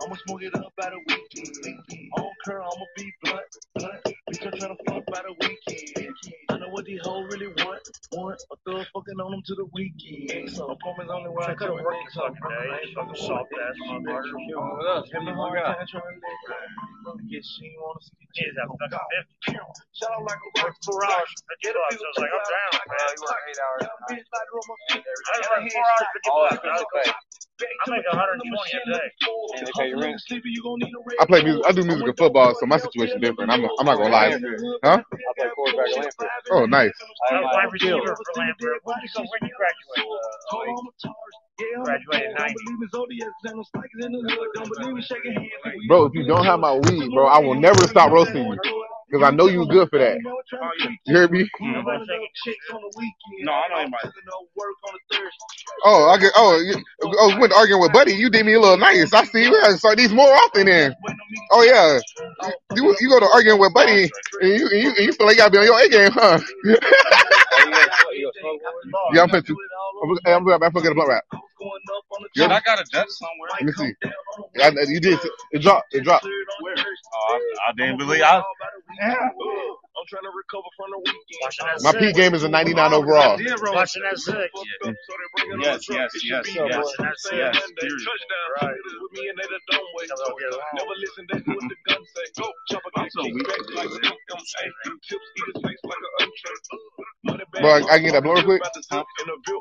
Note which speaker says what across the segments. Speaker 1: I'ma smoke it up by the weekend. On curl, I'ma be blunt. blunt. Bitch, I'm tryna fuck by the weekend. I know what these hoes really want. Want a thug fucking on them to the weekend. So I'm coming on the way. I
Speaker 2: Check out
Speaker 1: could''t
Speaker 2: working
Speaker 1: make
Speaker 2: fucking
Speaker 1: something. I
Speaker 2: day.
Speaker 1: ain't
Speaker 2: You fucking
Speaker 1: fucking
Speaker 2: soft
Speaker 1: with
Speaker 2: ass
Speaker 1: that
Speaker 2: motherfucker.
Speaker 1: shit.
Speaker 2: What else?
Speaker 1: Give
Speaker 2: Give
Speaker 1: me
Speaker 2: me
Speaker 1: hard
Speaker 2: what we got.
Speaker 1: time trying to live right. Guess she ain't wanna see the
Speaker 2: Jeez, that was fucking 50.
Speaker 1: Shout out like a rock.
Speaker 2: Worked four hours for 50 bucks. I was like, I'm down, man.
Speaker 3: you work eight hours
Speaker 1: Young
Speaker 3: a
Speaker 1: bitch,
Speaker 3: night.
Speaker 1: light her on my
Speaker 2: I was like,
Speaker 3: And everything.
Speaker 2: four hours for 50
Speaker 3: All
Speaker 2: bucks. I was like,
Speaker 3: okay.
Speaker 2: I make 120 a day.
Speaker 3: And they pay your rent.
Speaker 4: I play music. I do music and football, so my situation different. I'm I'm not gonna lie, huh?
Speaker 3: I play quarterback at Lanford.
Speaker 4: Oh, nice.
Speaker 3: I
Speaker 2: I
Speaker 3: have
Speaker 2: was
Speaker 3: my
Speaker 2: wide
Speaker 3: own field.
Speaker 2: receiver for Lambert. When you go, when you graduate?
Speaker 3: Uh, like,
Speaker 2: Graduated 90.
Speaker 4: Bro, if you don't have my weed, bro, I will never stop roasting you. Because I know you good for that.
Speaker 2: Oh, yeah.
Speaker 4: You hear me?
Speaker 2: I'm gonna take it.
Speaker 1: No, I know anybody.
Speaker 4: Oh, I get. Oh, you, oh, went arguing with buddy. You did me a little nice. I see. We gotta start these more often. Then. Oh yeah. You you go to arguing with buddy, and you and you, and you feel like you gotta be on your A game, huh?
Speaker 3: oh, you gonna smoke- you gonna smoke one?
Speaker 4: yeah, I'm finna. I'm, hey, I'm, I'm finna get a blunt wrap. You
Speaker 5: Shit,
Speaker 4: ever,
Speaker 5: I got a duck somewhere.
Speaker 4: let me see. I, you did. It dropped. It dropped.
Speaker 5: Oh, I, I didn't believe I.
Speaker 1: I'm trying to recover from the weekend.
Speaker 2: Watching that
Speaker 4: My
Speaker 2: six.
Speaker 4: P game is a 99
Speaker 5: I
Speaker 4: overall.
Speaker 5: did roll.
Speaker 2: Watching that six.
Speaker 5: Yeah. Yes, yes, yes, yes,
Speaker 3: What's up, boy?
Speaker 5: yes, yes. Serious.
Speaker 1: Touchdown with me and they the dumb way. Never listen to what the gun say. Go chop a
Speaker 5: I'm so weak
Speaker 1: back
Speaker 5: today,
Speaker 1: like
Speaker 5: man.
Speaker 1: them eight chips. Eat his face like an untrained. Money back.
Speaker 4: Bro, I can get that blow real quick.
Speaker 1: About to zip in a bill.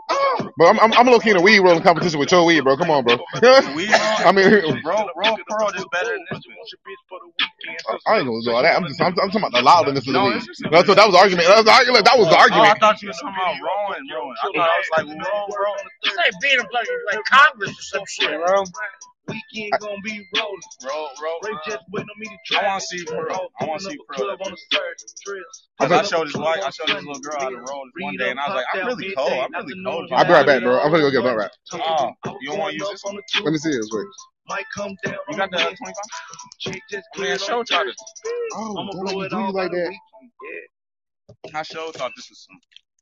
Speaker 4: Bro, I'm I'm, I'm low key in a weed rolling competition with your weed, bro. Come on, bro.
Speaker 5: The weed roll,
Speaker 4: I mean,
Speaker 5: bro, raw pearl is better than this one.
Speaker 4: I ain't gonna do all that. I'm just I'm, I'm talking about the loudness of the
Speaker 5: No,
Speaker 4: weed.
Speaker 5: it's just a
Speaker 4: That's what that was the argument. That was the argument. That was the
Speaker 5: Oh, I
Speaker 4: argument.
Speaker 5: thought you were talking about rolling, rolling. I thought I was like, roll, roll.
Speaker 2: This ain't being a bloody like Congress or some shit.
Speaker 3: Bro,
Speaker 1: Weekend gonna be rolling.
Speaker 5: Roll, roll.
Speaker 1: Ray just waiting on me to
Speaker 5: I
Speaker 1: try.
Speaker 5: want to see Pearl. I want to see Pearl.
Speaker 1: Club on the third trip.
Speaker 5: Because I showed this white, I showed this little girl how to roll this one day, and I was like, I'm really cold. I'm really cold.
Speaker 4: I'll be right back, bro. I'm gonna go get a blunt wrap.
Speaker 5: Oh, you don't want to use this one?
Speaker 4: Let me see this quick.
Speaker 1: Might come down.
Speaker 5: You got the 25? I mean, Show tried to.
Speaker 4: Oh,
Speaker 1: I'ma
Speaker 4: don't let
Speaker 1: blow
Speaker 4: me
Speaker 1: it
Speaker 4: do you
Speaker 1: all
Speaker 4: like that.
Speaker 5: I show thought this was some.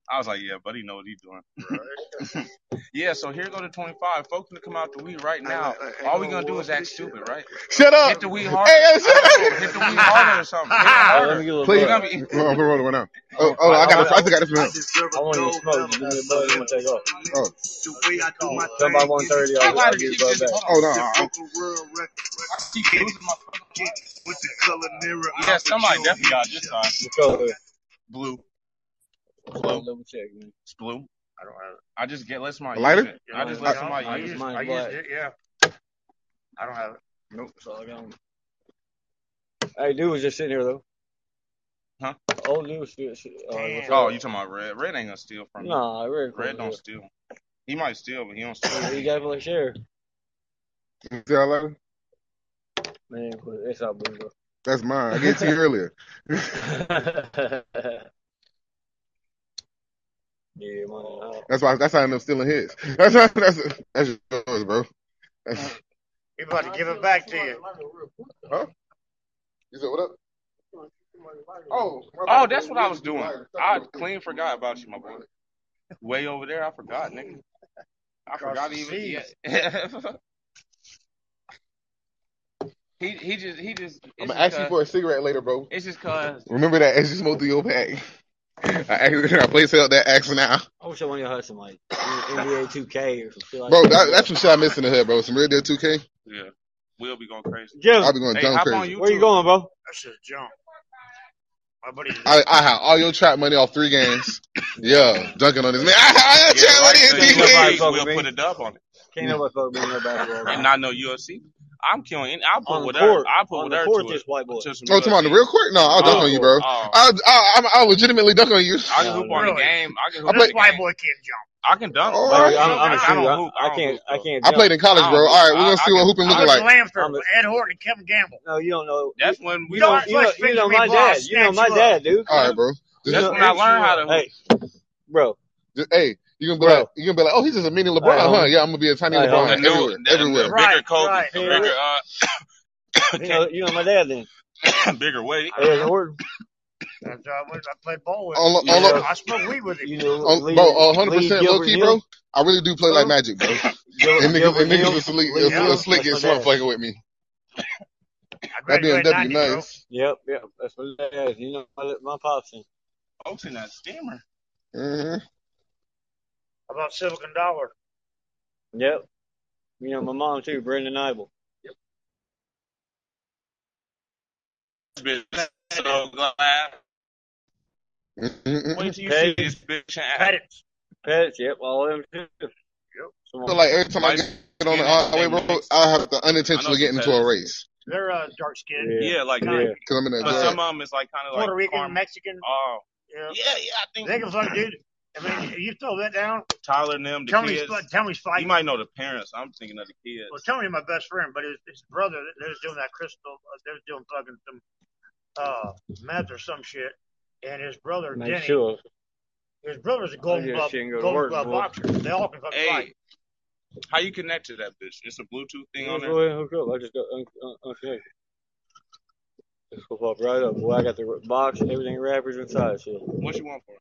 Speaker 5: I was like, yeah, buddy, know what he's doing. yeah, so here go the 25. Folks gonna come out the weed right now. All we gonna do is act stupid, right?
Speaker 4: Shut up.
Speaker 5: Hit the weed harder.
Speaker 4: Hey,
Speaker 5: I
Speaker 4: yo,
Speaker 5: don't
Speaker 4: shut
Speaker 5: know,
Speaker 4: up.
Speaker 5: Hit the weed harder or something. Hit it
Speaker 3: hey, let
Speaker 5: harder.
Speaker 3: me get a little
Speaker 4: Please.
Speaker 5: You
Speaker 3: bud.
Speaker 5: got me.
Speaker 4: Well, I'm rolling right now. Oh, oh, I got. it. I still got this one.
Speaker 3: I won't even smoke. Just give me a bud. I'm gonna take off.
Speaker 4: Oh,
Speaker 3: Done by
Speaker 5: I
Speaker 3: 1:30, I'll,
Speaker 5: gotta
Speaker 3: I'll get
Speaker 5: keep
Speaker 3: a bud
Speaker 5: this.
Speaker 3: back.
Speaker 5: Hold
Speaker 4: oh
Speaker 5: on.
Speaker 4: no. I-
Speaker 5: I keep losing my fucking mind. Yeah, somebody definitely got this time.
Speaker 3: What color?
Speaker 5: Blue.
Speaker 3: Let me check, man.
Speaker 5: It's blue.
Speaker 2: I don't have it.
Speaker 5: I just get let somebody
Speaker 4: A lighter?
Speaker 5: use it. I just
Speaker 3: I-
Speaker 5: let somebody
Speaker 3: I
Speaker 5: use
Speaker 3: use
Speaker 5: it.
Speaker 3: mine
Speaker 2: I
Speaker 3: black.
Speaker 2: used it, yeah. I don't have it.
Speaker 3: Nope, that's all I got. Hey, dude was just sitting here though.
Speaker 5: Huh?
Speaker 3: Old news. Shit, shit. Uh, what's
Speaker 5: Oh,
Speaker 3: up?
Speaker 5: you talking about red? Red ain't gonna steal from you.
Speaker 3: Nah, Red.
Speaker 5: Red don't steal. He might steal, but he don't steal.
Speaker 3: He definitely share.
Speaker 4: See how I love it?
Speaker 3: Man, but it's all blue though.
Speaker 4: That's mine. I gave it to you earlier.
Speaker 3: yeah, man. uh,
Speaker 4: That's why. That's how I end up stealing his. That's how, that's that's yours, bro. That's,
Speaker 2: We about to give it back to you.
Speaker 4: huh? You said what up? Oh. my bad.
Speaker 5: Oh, that's what I was doing. I clean forgot about you, my boy. Way over there, I forgot, nigga. I forgot even. Yeah. he he just he just. It's just
Speaker 4: I'm gonna ask you
Speaker 5: 'cause-
Speaker 4: for a cigarette later, bro.
Speaker 5: It's just cause.
Speaker 4: Remember that as you smoke through your bag. I actually, I place held that axe now,
Speaker 3: I wish I wanted to have some like NBA 2K or something like
Speaker 4: bro. That, that's some shit I missed in the hood, bro. Some real deal 2K.
Speaker 5: Yeah, we'll be going crazy.
Speaker 3: Jim,
Speaker 4: I'll be going
Speaker 5: Hey,
Speaker 4: dumb
Speaker 5: hop
Speaker 4: crazy.
Speaker 5: on YouTube.
Speaker 3: where you going, bro?
Speaker 2: That shit jump. My buddy.
Speaker 4: I, I had all your trap money off three games. Yeah, dunking on this man. I had all your
Speaker 5: Yeah, right,
Speaker 4: trap money in
Speaker 5: so
Speaker 4: three
Speaker 3: thing.
Speaker 5: you
Speaker 3: Nobody
Speaker 4: games.
Speaker 5: know,
Speaker 3: fuck
Speaker 5: we'll
Speaker 3: with me.
Speaker 5: put a dub on it
Speaker 3: Can't nobody fuck with me in no basketball.
Speaker 5: and
Speaker 3: bro.
Speaker 5: not know UFC. I'm killing. any- I'll
Speaker 3: On
Speaker 5: put
Speaker 3: the
Speaker 5: whatever.
Speaker 3: court,
Speaker 5: I'll put
Speaker 3: on the
Speaker 5: whatever
Speaker 3: court,
Speaker 5: to
Speaker 3: this
Speaker 5: it.
Speaker 3: white boy.
Speaker 5: To some
Speaker 4: Oh, come on, the
Speaker 5: UFC.
Speaker 4: real quick? No, I'll dunk
Speaker 5: Oh,
Speaker 4: on you,
Speaker 5: oh.
Speaker 4: bro. I I I, I legitimately dunk on you.
Speaker 5: I can hoop on
Speaker 2: Really?
Speaker 5: the game. I can hoop
Speaker 4: I
Speaker 2: This
Speaker 5: on
Speaker 4: play-
Speaker 5: the
Speaker 2: white
Speaker 5: game.
Speaker 2: boy can't jump.
Speaker 5: I can dunk.
Speaker 4: Oh,
Speaker 3: Bro,
Speaker 5: I,
Speaker 4: Alright.
Speaker 3: I'm, I'm a
Speaker 5: I
Speaker 3: shooter.
Speaker 5: don't
Speaker 3: I,
Speaker 5: hoop.
Speaker 3: I
Speaker 5: I don't
Speaker 3: can't.
Speaker 5: hoop,
Speaker 3: I
Speaker 5: bro.
Speaker 3: can't.
Speaker 4: I
Speaker 3: Jump.
Speaker 4: played in college,
Speaker 5: I
Speaker 4: bro.
Speaker 5: don't-
Speaker 4: All right, we're gonna
Speaker 5: I- I
Speaker 4: see what
Speaker 5: can-
Speaker 4: hooping
Speaker 3: I'm
Speaker 4: looking
Speaker 3: a-
Speaker 4: like.
Speaker 2: Lamford,
Speaker 3: I'm a-
Speaker 2: Ed Horton, and Kevin Gamble.
Speaker 3: No, you don't know.
Speaker 5: That's when we
Speaker 3: You
Speaker 2: Don't
Speaker 5: don't.
Speaker 3: don't.
Speaker 2: act
Speaker 3: You know.
Speaker 2: like
Speaker 3: You know
Speaker 2: Benjamin
Speaker 3: my
Speaker 2: Blah
Speaker 3: dad. You know
Speaker 2: snatched you up.
Speaker 3: my dad, dude.
Speaker 4: All right, bro. Just,
Speaker 3: You
Speaker 5: That's
Speaker 3: know,
Speaker 5: when I learned how to hoop.
Speaker 3: hey, bro.
Speaker 4: just- hey, you gonna be
Speaker 3: Bro.
Speaker 4: like, you gonna be like, oh, he's just a mini LeBron,
Speaker 3: Hey, homie.
Speaker 4: huh? Yeah, I'm gonna be a tiny
Speaker 3: Hey,
Speaker 4: LeBron
Speaker 3: homie.
Speaker 5: The new,
Speaker 4: everywhere,
Speaker 5: the,
Speaker 4: everywhere.
Speaker 5: the bigger
Speaker 2: Right,
Speaker 5: Kobe,
Speaker 2: right.
Speaker 5: the bigger,
Speaker 3: You know. You know my dad then.
Speaker 5: uh, bigger weight.
Speaker 3: Ed Horton.
Speaker 2: That's how I was. I played ball with him.
Speaker 4: All,
Speaker 3: You
Speaker 4: all,
Speaker 3: know-
Speaker 2: I smoked weed with him.
Speaker 3: You know.
Speaker 4: all,
Speaker 3: Lee-
Speaker 4: bro,
Speaker 3: Lee
Speaker 4: 100 percent low
Speaker 3: Gilbert
Speaker 4: key,
Speaker 3: Neal.
Speaker 4: bro. I really do play like
Speaker 3: Huh?
Speaker 4: Magic, bro.
Speaker 3: Gil-
Speaker 4: And niggas,
Speaker 3: Gilbert
Speaker 4: and niggas
Speaker 3: Neal.
Speaker 4: are slick,
Speaker 3: Lee
Speaker 4: are
Speaker 3: Neal.
Speaker 4: slick
Speaker 3: That's
Speaker 4: get
Speaker 3: my
Speaker 4: smart
Speaker 3: dad.
Speaker 4: fucking with me.
Speaker 2: I
Speaker 4: That
Speaker 2: graduated
Speaker 4: BMW
Speaker 2: 90, bro.
Speaker 4: nice.
Speaker 3: Yep, yep. That's what it is. You know, my, my pops in.
Speaker 5: Oaks in that steamer.
Speaker 4: hmm
Speaker 2: How about Silicon Dollar?
Speaker 3: Yep. You know, my mom too, Brendan Ibel.
Speaker 5: Bitch, so glad.
Speaker 4: hmm
Speaker 5: Wait till you see this bitch. and-
Speaker 2: Pettit.
Speaker 3: Pets, yep, all of them too. So
Speaker 4: feel
Speaker 3: my,
Speaker 4: like every time I get on the highway, bro, I have to unintentionally get into a race
Speaker 2: They're uh, dark skinned.
Speaker 3: yeah,
Speaker 5: Yeah, like
Speaker 3: yeah.
Speaker 4: because I'm in a
Speaker 2: Uh,
Speaker 5: But some
Speaker 4: drug.
Speaker 5: of them is like kind of like
Speaker 2: Puerto Rican,
Speaker 5: caramel.
Speaker 2: Mexican.
Speaker 5: Oh,
Speaker 2: Yeah.
Speaker 5: yeah, yeah. I think
Speaker 2: They can fuck, dude. I mean, you throw that down.
Speaker 5: Tyler and them, the
Speaker 2: Tony's,
Speaker 5: kids.
Speaker 2: fu- Tony's
Speaker 5: You
Speaker 2: fighting.
Speaker 5: might know the parents. I'm thinking of the kids.
Speaker 2: Well, Tony, my best friend, but his, his brother, they was doing that crystal. uh, They was doing fucking some uh, meth or some shit. And his brother,
Speaker 3: Make
Speaker 2: Denny,
Speaker 3: sure.
Speaker 2: his brother's a golden
Speaker 3: yeah,
Speaker 2: glove,
Speaker 3: she ain't go to
Speaker 2: golden
Speaker 3: work,
Speaker 2: glove
Speaker 3: boy.
Speaker 2: boxer. They all can fucking fight.
Speaker 5: Hey, how you connect to that bitch? It's a Bluetooth thing
Speaker 3: Yeah,
Speaker 5: on
Speaker 3: go
Speaker 5: there.
Speaker 3: ahead and hook up. I just got un- un- unconnected. It's gonna pop right up. Boy, I got the box, everything wrappers inside. Shit.
Speaker 5: What you want for it?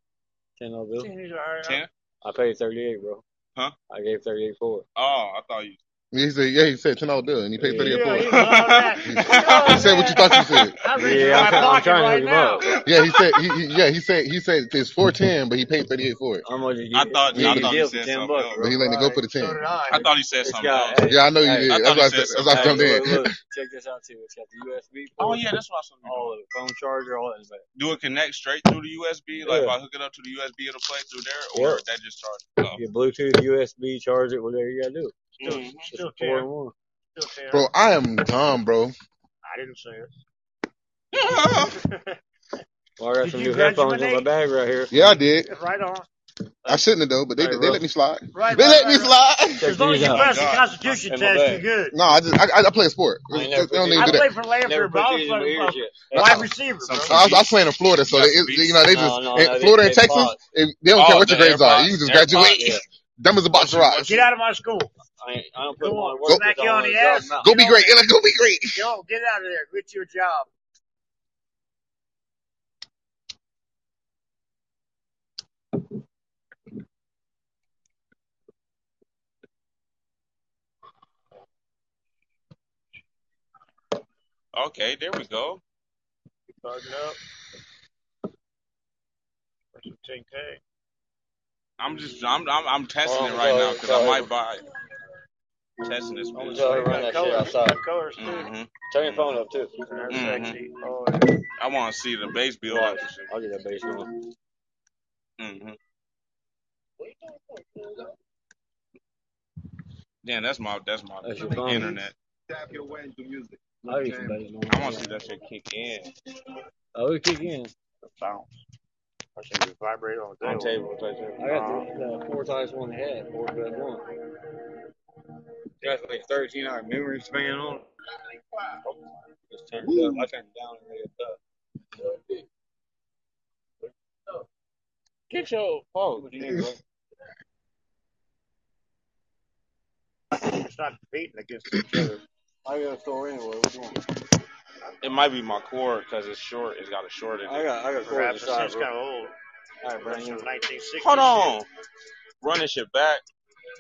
Speaker 3: Ten dollar bill.
Speaker 2: He's all right.
Speaker 5: Ten?
Speaker 3: I paid thirty eight, bro.
Speaker 5: Huh?
Speaker 3: I gave thirty eight for it.
Speaker 5: Oh, I thought you.
Speaker 4: He said, "Yeah, he said ten dollar bill," and he paid
Speaker 3: Yeah.
Speaker 4: thirty
Speaker 2: Yeah,
Speaker 4: for
Speaker 2: he
Speaker 4: it.
Speaker 2: loved that. He loved
Speaker 4: He said what you
Speaker 2: that.
Speaker 4: thought you said.
Speaker 2: I'm reaching
Speaker 3: Yeah,
Speaker 2: in
Speaker 3: I'm
Speaker 2: my
Speaker 3: try- I'm
Speaker 2: pocket
Speaker 3: trying to
Speaker 2: right
Speaker 3: hook him
Speaker 2: now.
Speaker 3: up.
Speaker 4: Yeah, he said. He, he- yeah, he said. He said it's four ten, but he paid thirty eight for it.
Speaker 3: I'm gonna just
Speaker 5: I
Speaker 3: get,
Speaker 5: thought-
Speaker 3: get
Speaker 4: I
Speaker 3: the
Speaker 4: thought
Speaker 5: you
Speaker 3: deal for
Speaker 5: said
Speaker 3: ten
Speaker 5: something
Speaker 3: bucks,
Speaker 5: else.
Speaker 4: But
Speaker 3: bro.
Speaker 4: he letting it go for the
Speaker 2: So
Speaker 4: ten.
Speaker 2: did I.
Speaker 5: I thought you said
Speaker 3: It's
Speaker 5: something
Speaker 3: got-
Speaker 5: else.
Speaker 3: hey,
Speaker 4: Yeah, I know you
Speaker 5: I
Speaker 3: hey,
Speaker 4: did.
Speaker 5: thought
Speaker 4: That's
Speaker 5: he
Speaker 4: why. I
Speaker 5: said
Speaker 4: said, that's why I
Speaker 5: something.
Speaker 3: Hey,
Speaker 4: jumped in.
Speaker 3: look, look, check this out too. It's got the USB
Speaker 5: Oh
Speaker 3: port,
Speaker 5: yeah, that's what I saw.
Speaker 3: all of it, phone charger, all that is back.
Speaker 5: Do it connect straight through the USB? Like if
Speaker 3: Yeah.
Speaker 5: I hook it up to the USB, it'll play through there, or
Speaker 3: Yeah.
Speaker 5: that just Oh. charges?
Speaker 3: Your Bluetooth, USB, charge it, whatever you gotta do.
Speaker 5: Oh.
Speaker 2: Still,
Speaker 5: Mhm.
Speaker 3: It's
Speaker 2: still
Speaker 3: four
Speaker 2: care.
Speaker 3: in one.
Speaker 2: Still care.
Speaker 4: Bro, I am dumb, bro.
Speaker 2: I didn't say it.
Speaker 3: Well, I got
Speaker 2: Did
Speaker 3: some
Speaker 2: you
Speaker 3: new headphones in my
Speaker 2: graduate?
Speaker 3: bag right here.
Speaker 4: Yeah, I did.
Speaker 2: Right on.
Speaker 4: I shouldn't have though, but they
Speaker 3: Hey,
Speaker 4: they
Speaker 3: bro.
Speaker 4: let me slide.
Speaker 2: Right,
Speaker 4: They
Speaker 2: right,
Speaker 4: let
Speaker 2: right,
Speaker 4: me
Speaker 2: right.
Speaker 4: slide.
Speaker 3: Check
Speaker 2: As long as
Speaker 3: these
Speaker 2: you
Speaker 3: out.
Speaker 2: pass the
Speaker 5: God.
Speaker 2: Constitution
Speaker 3: In my
Speaker 2: test, you're
Speaker 3: bag.
Speaker 2: good.
Speaker 4: No, I just I, I I play a sport.
Speaker 3: I
Speaker 4: They
Speaker 3: ain't never put
Speaker 4: don't
Speaker 3: these
Speaker 4: even
Speaker 2: I
Speaker 4: do that.
Speaker 2: played for
Speaker 3: Never
Speaker 2: Lanford, but I
Speaker 3: put
Speaker 2: was
Speaker 3: these in my
Speaker 2: fucking
Speaker 3: ears
Speaker 2: uh,
Speaker 3: yet.
Speaker 2: wide
Speaker 4: No.
Speaker 2: receiver,
Speaker 5: Some
Speaker 2: bro.
Speaker 4: I was, I was
Speaker 5: beats.
Speaker 4: playing in Florida, so
Speaker 5: You
Speaker 4: they,
Speaker 5: got some
Speaker 4: it, you
Speaker 5: beats.
Speaker 4: know they just
Speaker 3: No, no,
Speaker 4: they,
Speaker 3: no. They,
Speaker 4: Florida and
Speaker 3: they
Speaker 4: Texas
Speaker 3: pause.
Speaker 4: they, they don't care
Speaker 5: Oh,
Speaker 4: what
Speaker 5: the
Speaker 4: your grades are.
Speaker 5: AirPods.
Speaker 4: You just
Speaker 5: AirPods.
Speaker 4: graduate
Speaker 3: Yeah.
Speaker 4: dumb as a box
Speaker 5: Once
Speaker 4: of
Speaker 5: you, once
Speaker 4: rocks.
Speaker 5: you,
Speaker 2: Oh, Get out of my school.
Speaker 3: I ain't, I don't put
Speaker 2: Go on.
Speaker 3: mine work
Speaker 4: Go-
Speaker 2: Smack
Speaker 3: because I
Speaker 2: you on
Speaker 3: want
Speaker 2: the
Speaker 3: to drop
Speaker 2: ass.
Speaker 3: them out.
Speaker 4: Go
Speaker 2: Get
Speaker 4: be
Speaker 2: over
Speaker 4: great,
Speaker 2: there.
Speaker 4: Ella. Go be great.
Speaker 2: Yo, get out of there. Quit your job.
Speaker 5: okay, there we go.
Speaker 2: Fucking up. That's a 10K.
Speaker 5: I'm just, I'm, I'm, I'm testing
Speaker 3: Well,
Speaker 5: it right now
Speaker 3: I'm
Speaker 5: because I
Speaker 3: sorry.
Speaker 5: might buy it. Testing this
Speaker 3: I'm gonna
Speaker 5: bitch.
Speaker 3: tell her
Speaker 2: They
Speaker 3: to
Speaker 2: got
Speaker 3: run that shit
Speaker 2: colors. They
Speaker 3: outside.
Speaker 2: got colors, too.
Speaker 5: hmm
Speaker 3: Turn your phone up too.
Speaker 2: They're
Speaker 5: Mhm.
Speaker 2: sexy. Oh,
Speaker 3: Mm-hmm.
Speaker 2: yeah.
Speaker 5: I want to see the bass
Speaker 3: No,
Speaker 5: build up and
Speaker 3: I'll get that bass going.
Speaker 5: shit. hmm Damn, that's my, that's my
Speaker 3: That's your phone.
Speaker 5: internet.
Speaker 3: I'll get some bass
Speaker 5: I want to see
Speaker 3: going.
Speaker 5: that shit kick in.
Speaker 3: Oh, we kick in.
Speaker 2: Bounce. I should just vibrate on the
Speaker 5: On
Speaker 2: table.
Speaker 5: table, right there.
Speaker 3: I got the, the four times one head, four times one. Got like 13 hour memory span on. it. Just Oh, turned it up. I turned it down and made it up. Get your phone. What you need, bro?
Speaker 2: It's not competing against each other.
Speaker 3: I got a store anyway. What you want?
Speaker 5: It might be my cord because it's short. It's got a short in
Speaker 3: I
Speaker 5: it.
Speaker 3: got I got a
Speaker 2: The
Speaker 3: store
Speaker 2: rap is
Speaker 3: inside,
Speaker 2: kind
Speaker 3: bro.
Speaker 2: of old.
Speaker 3: All right,
Speaker 2: That's
Speaker 3: brand
Speaker 2: from
Speaker 3: new.
Speaker 2: 1960.
Speaker 5: Hold on. Running shit back.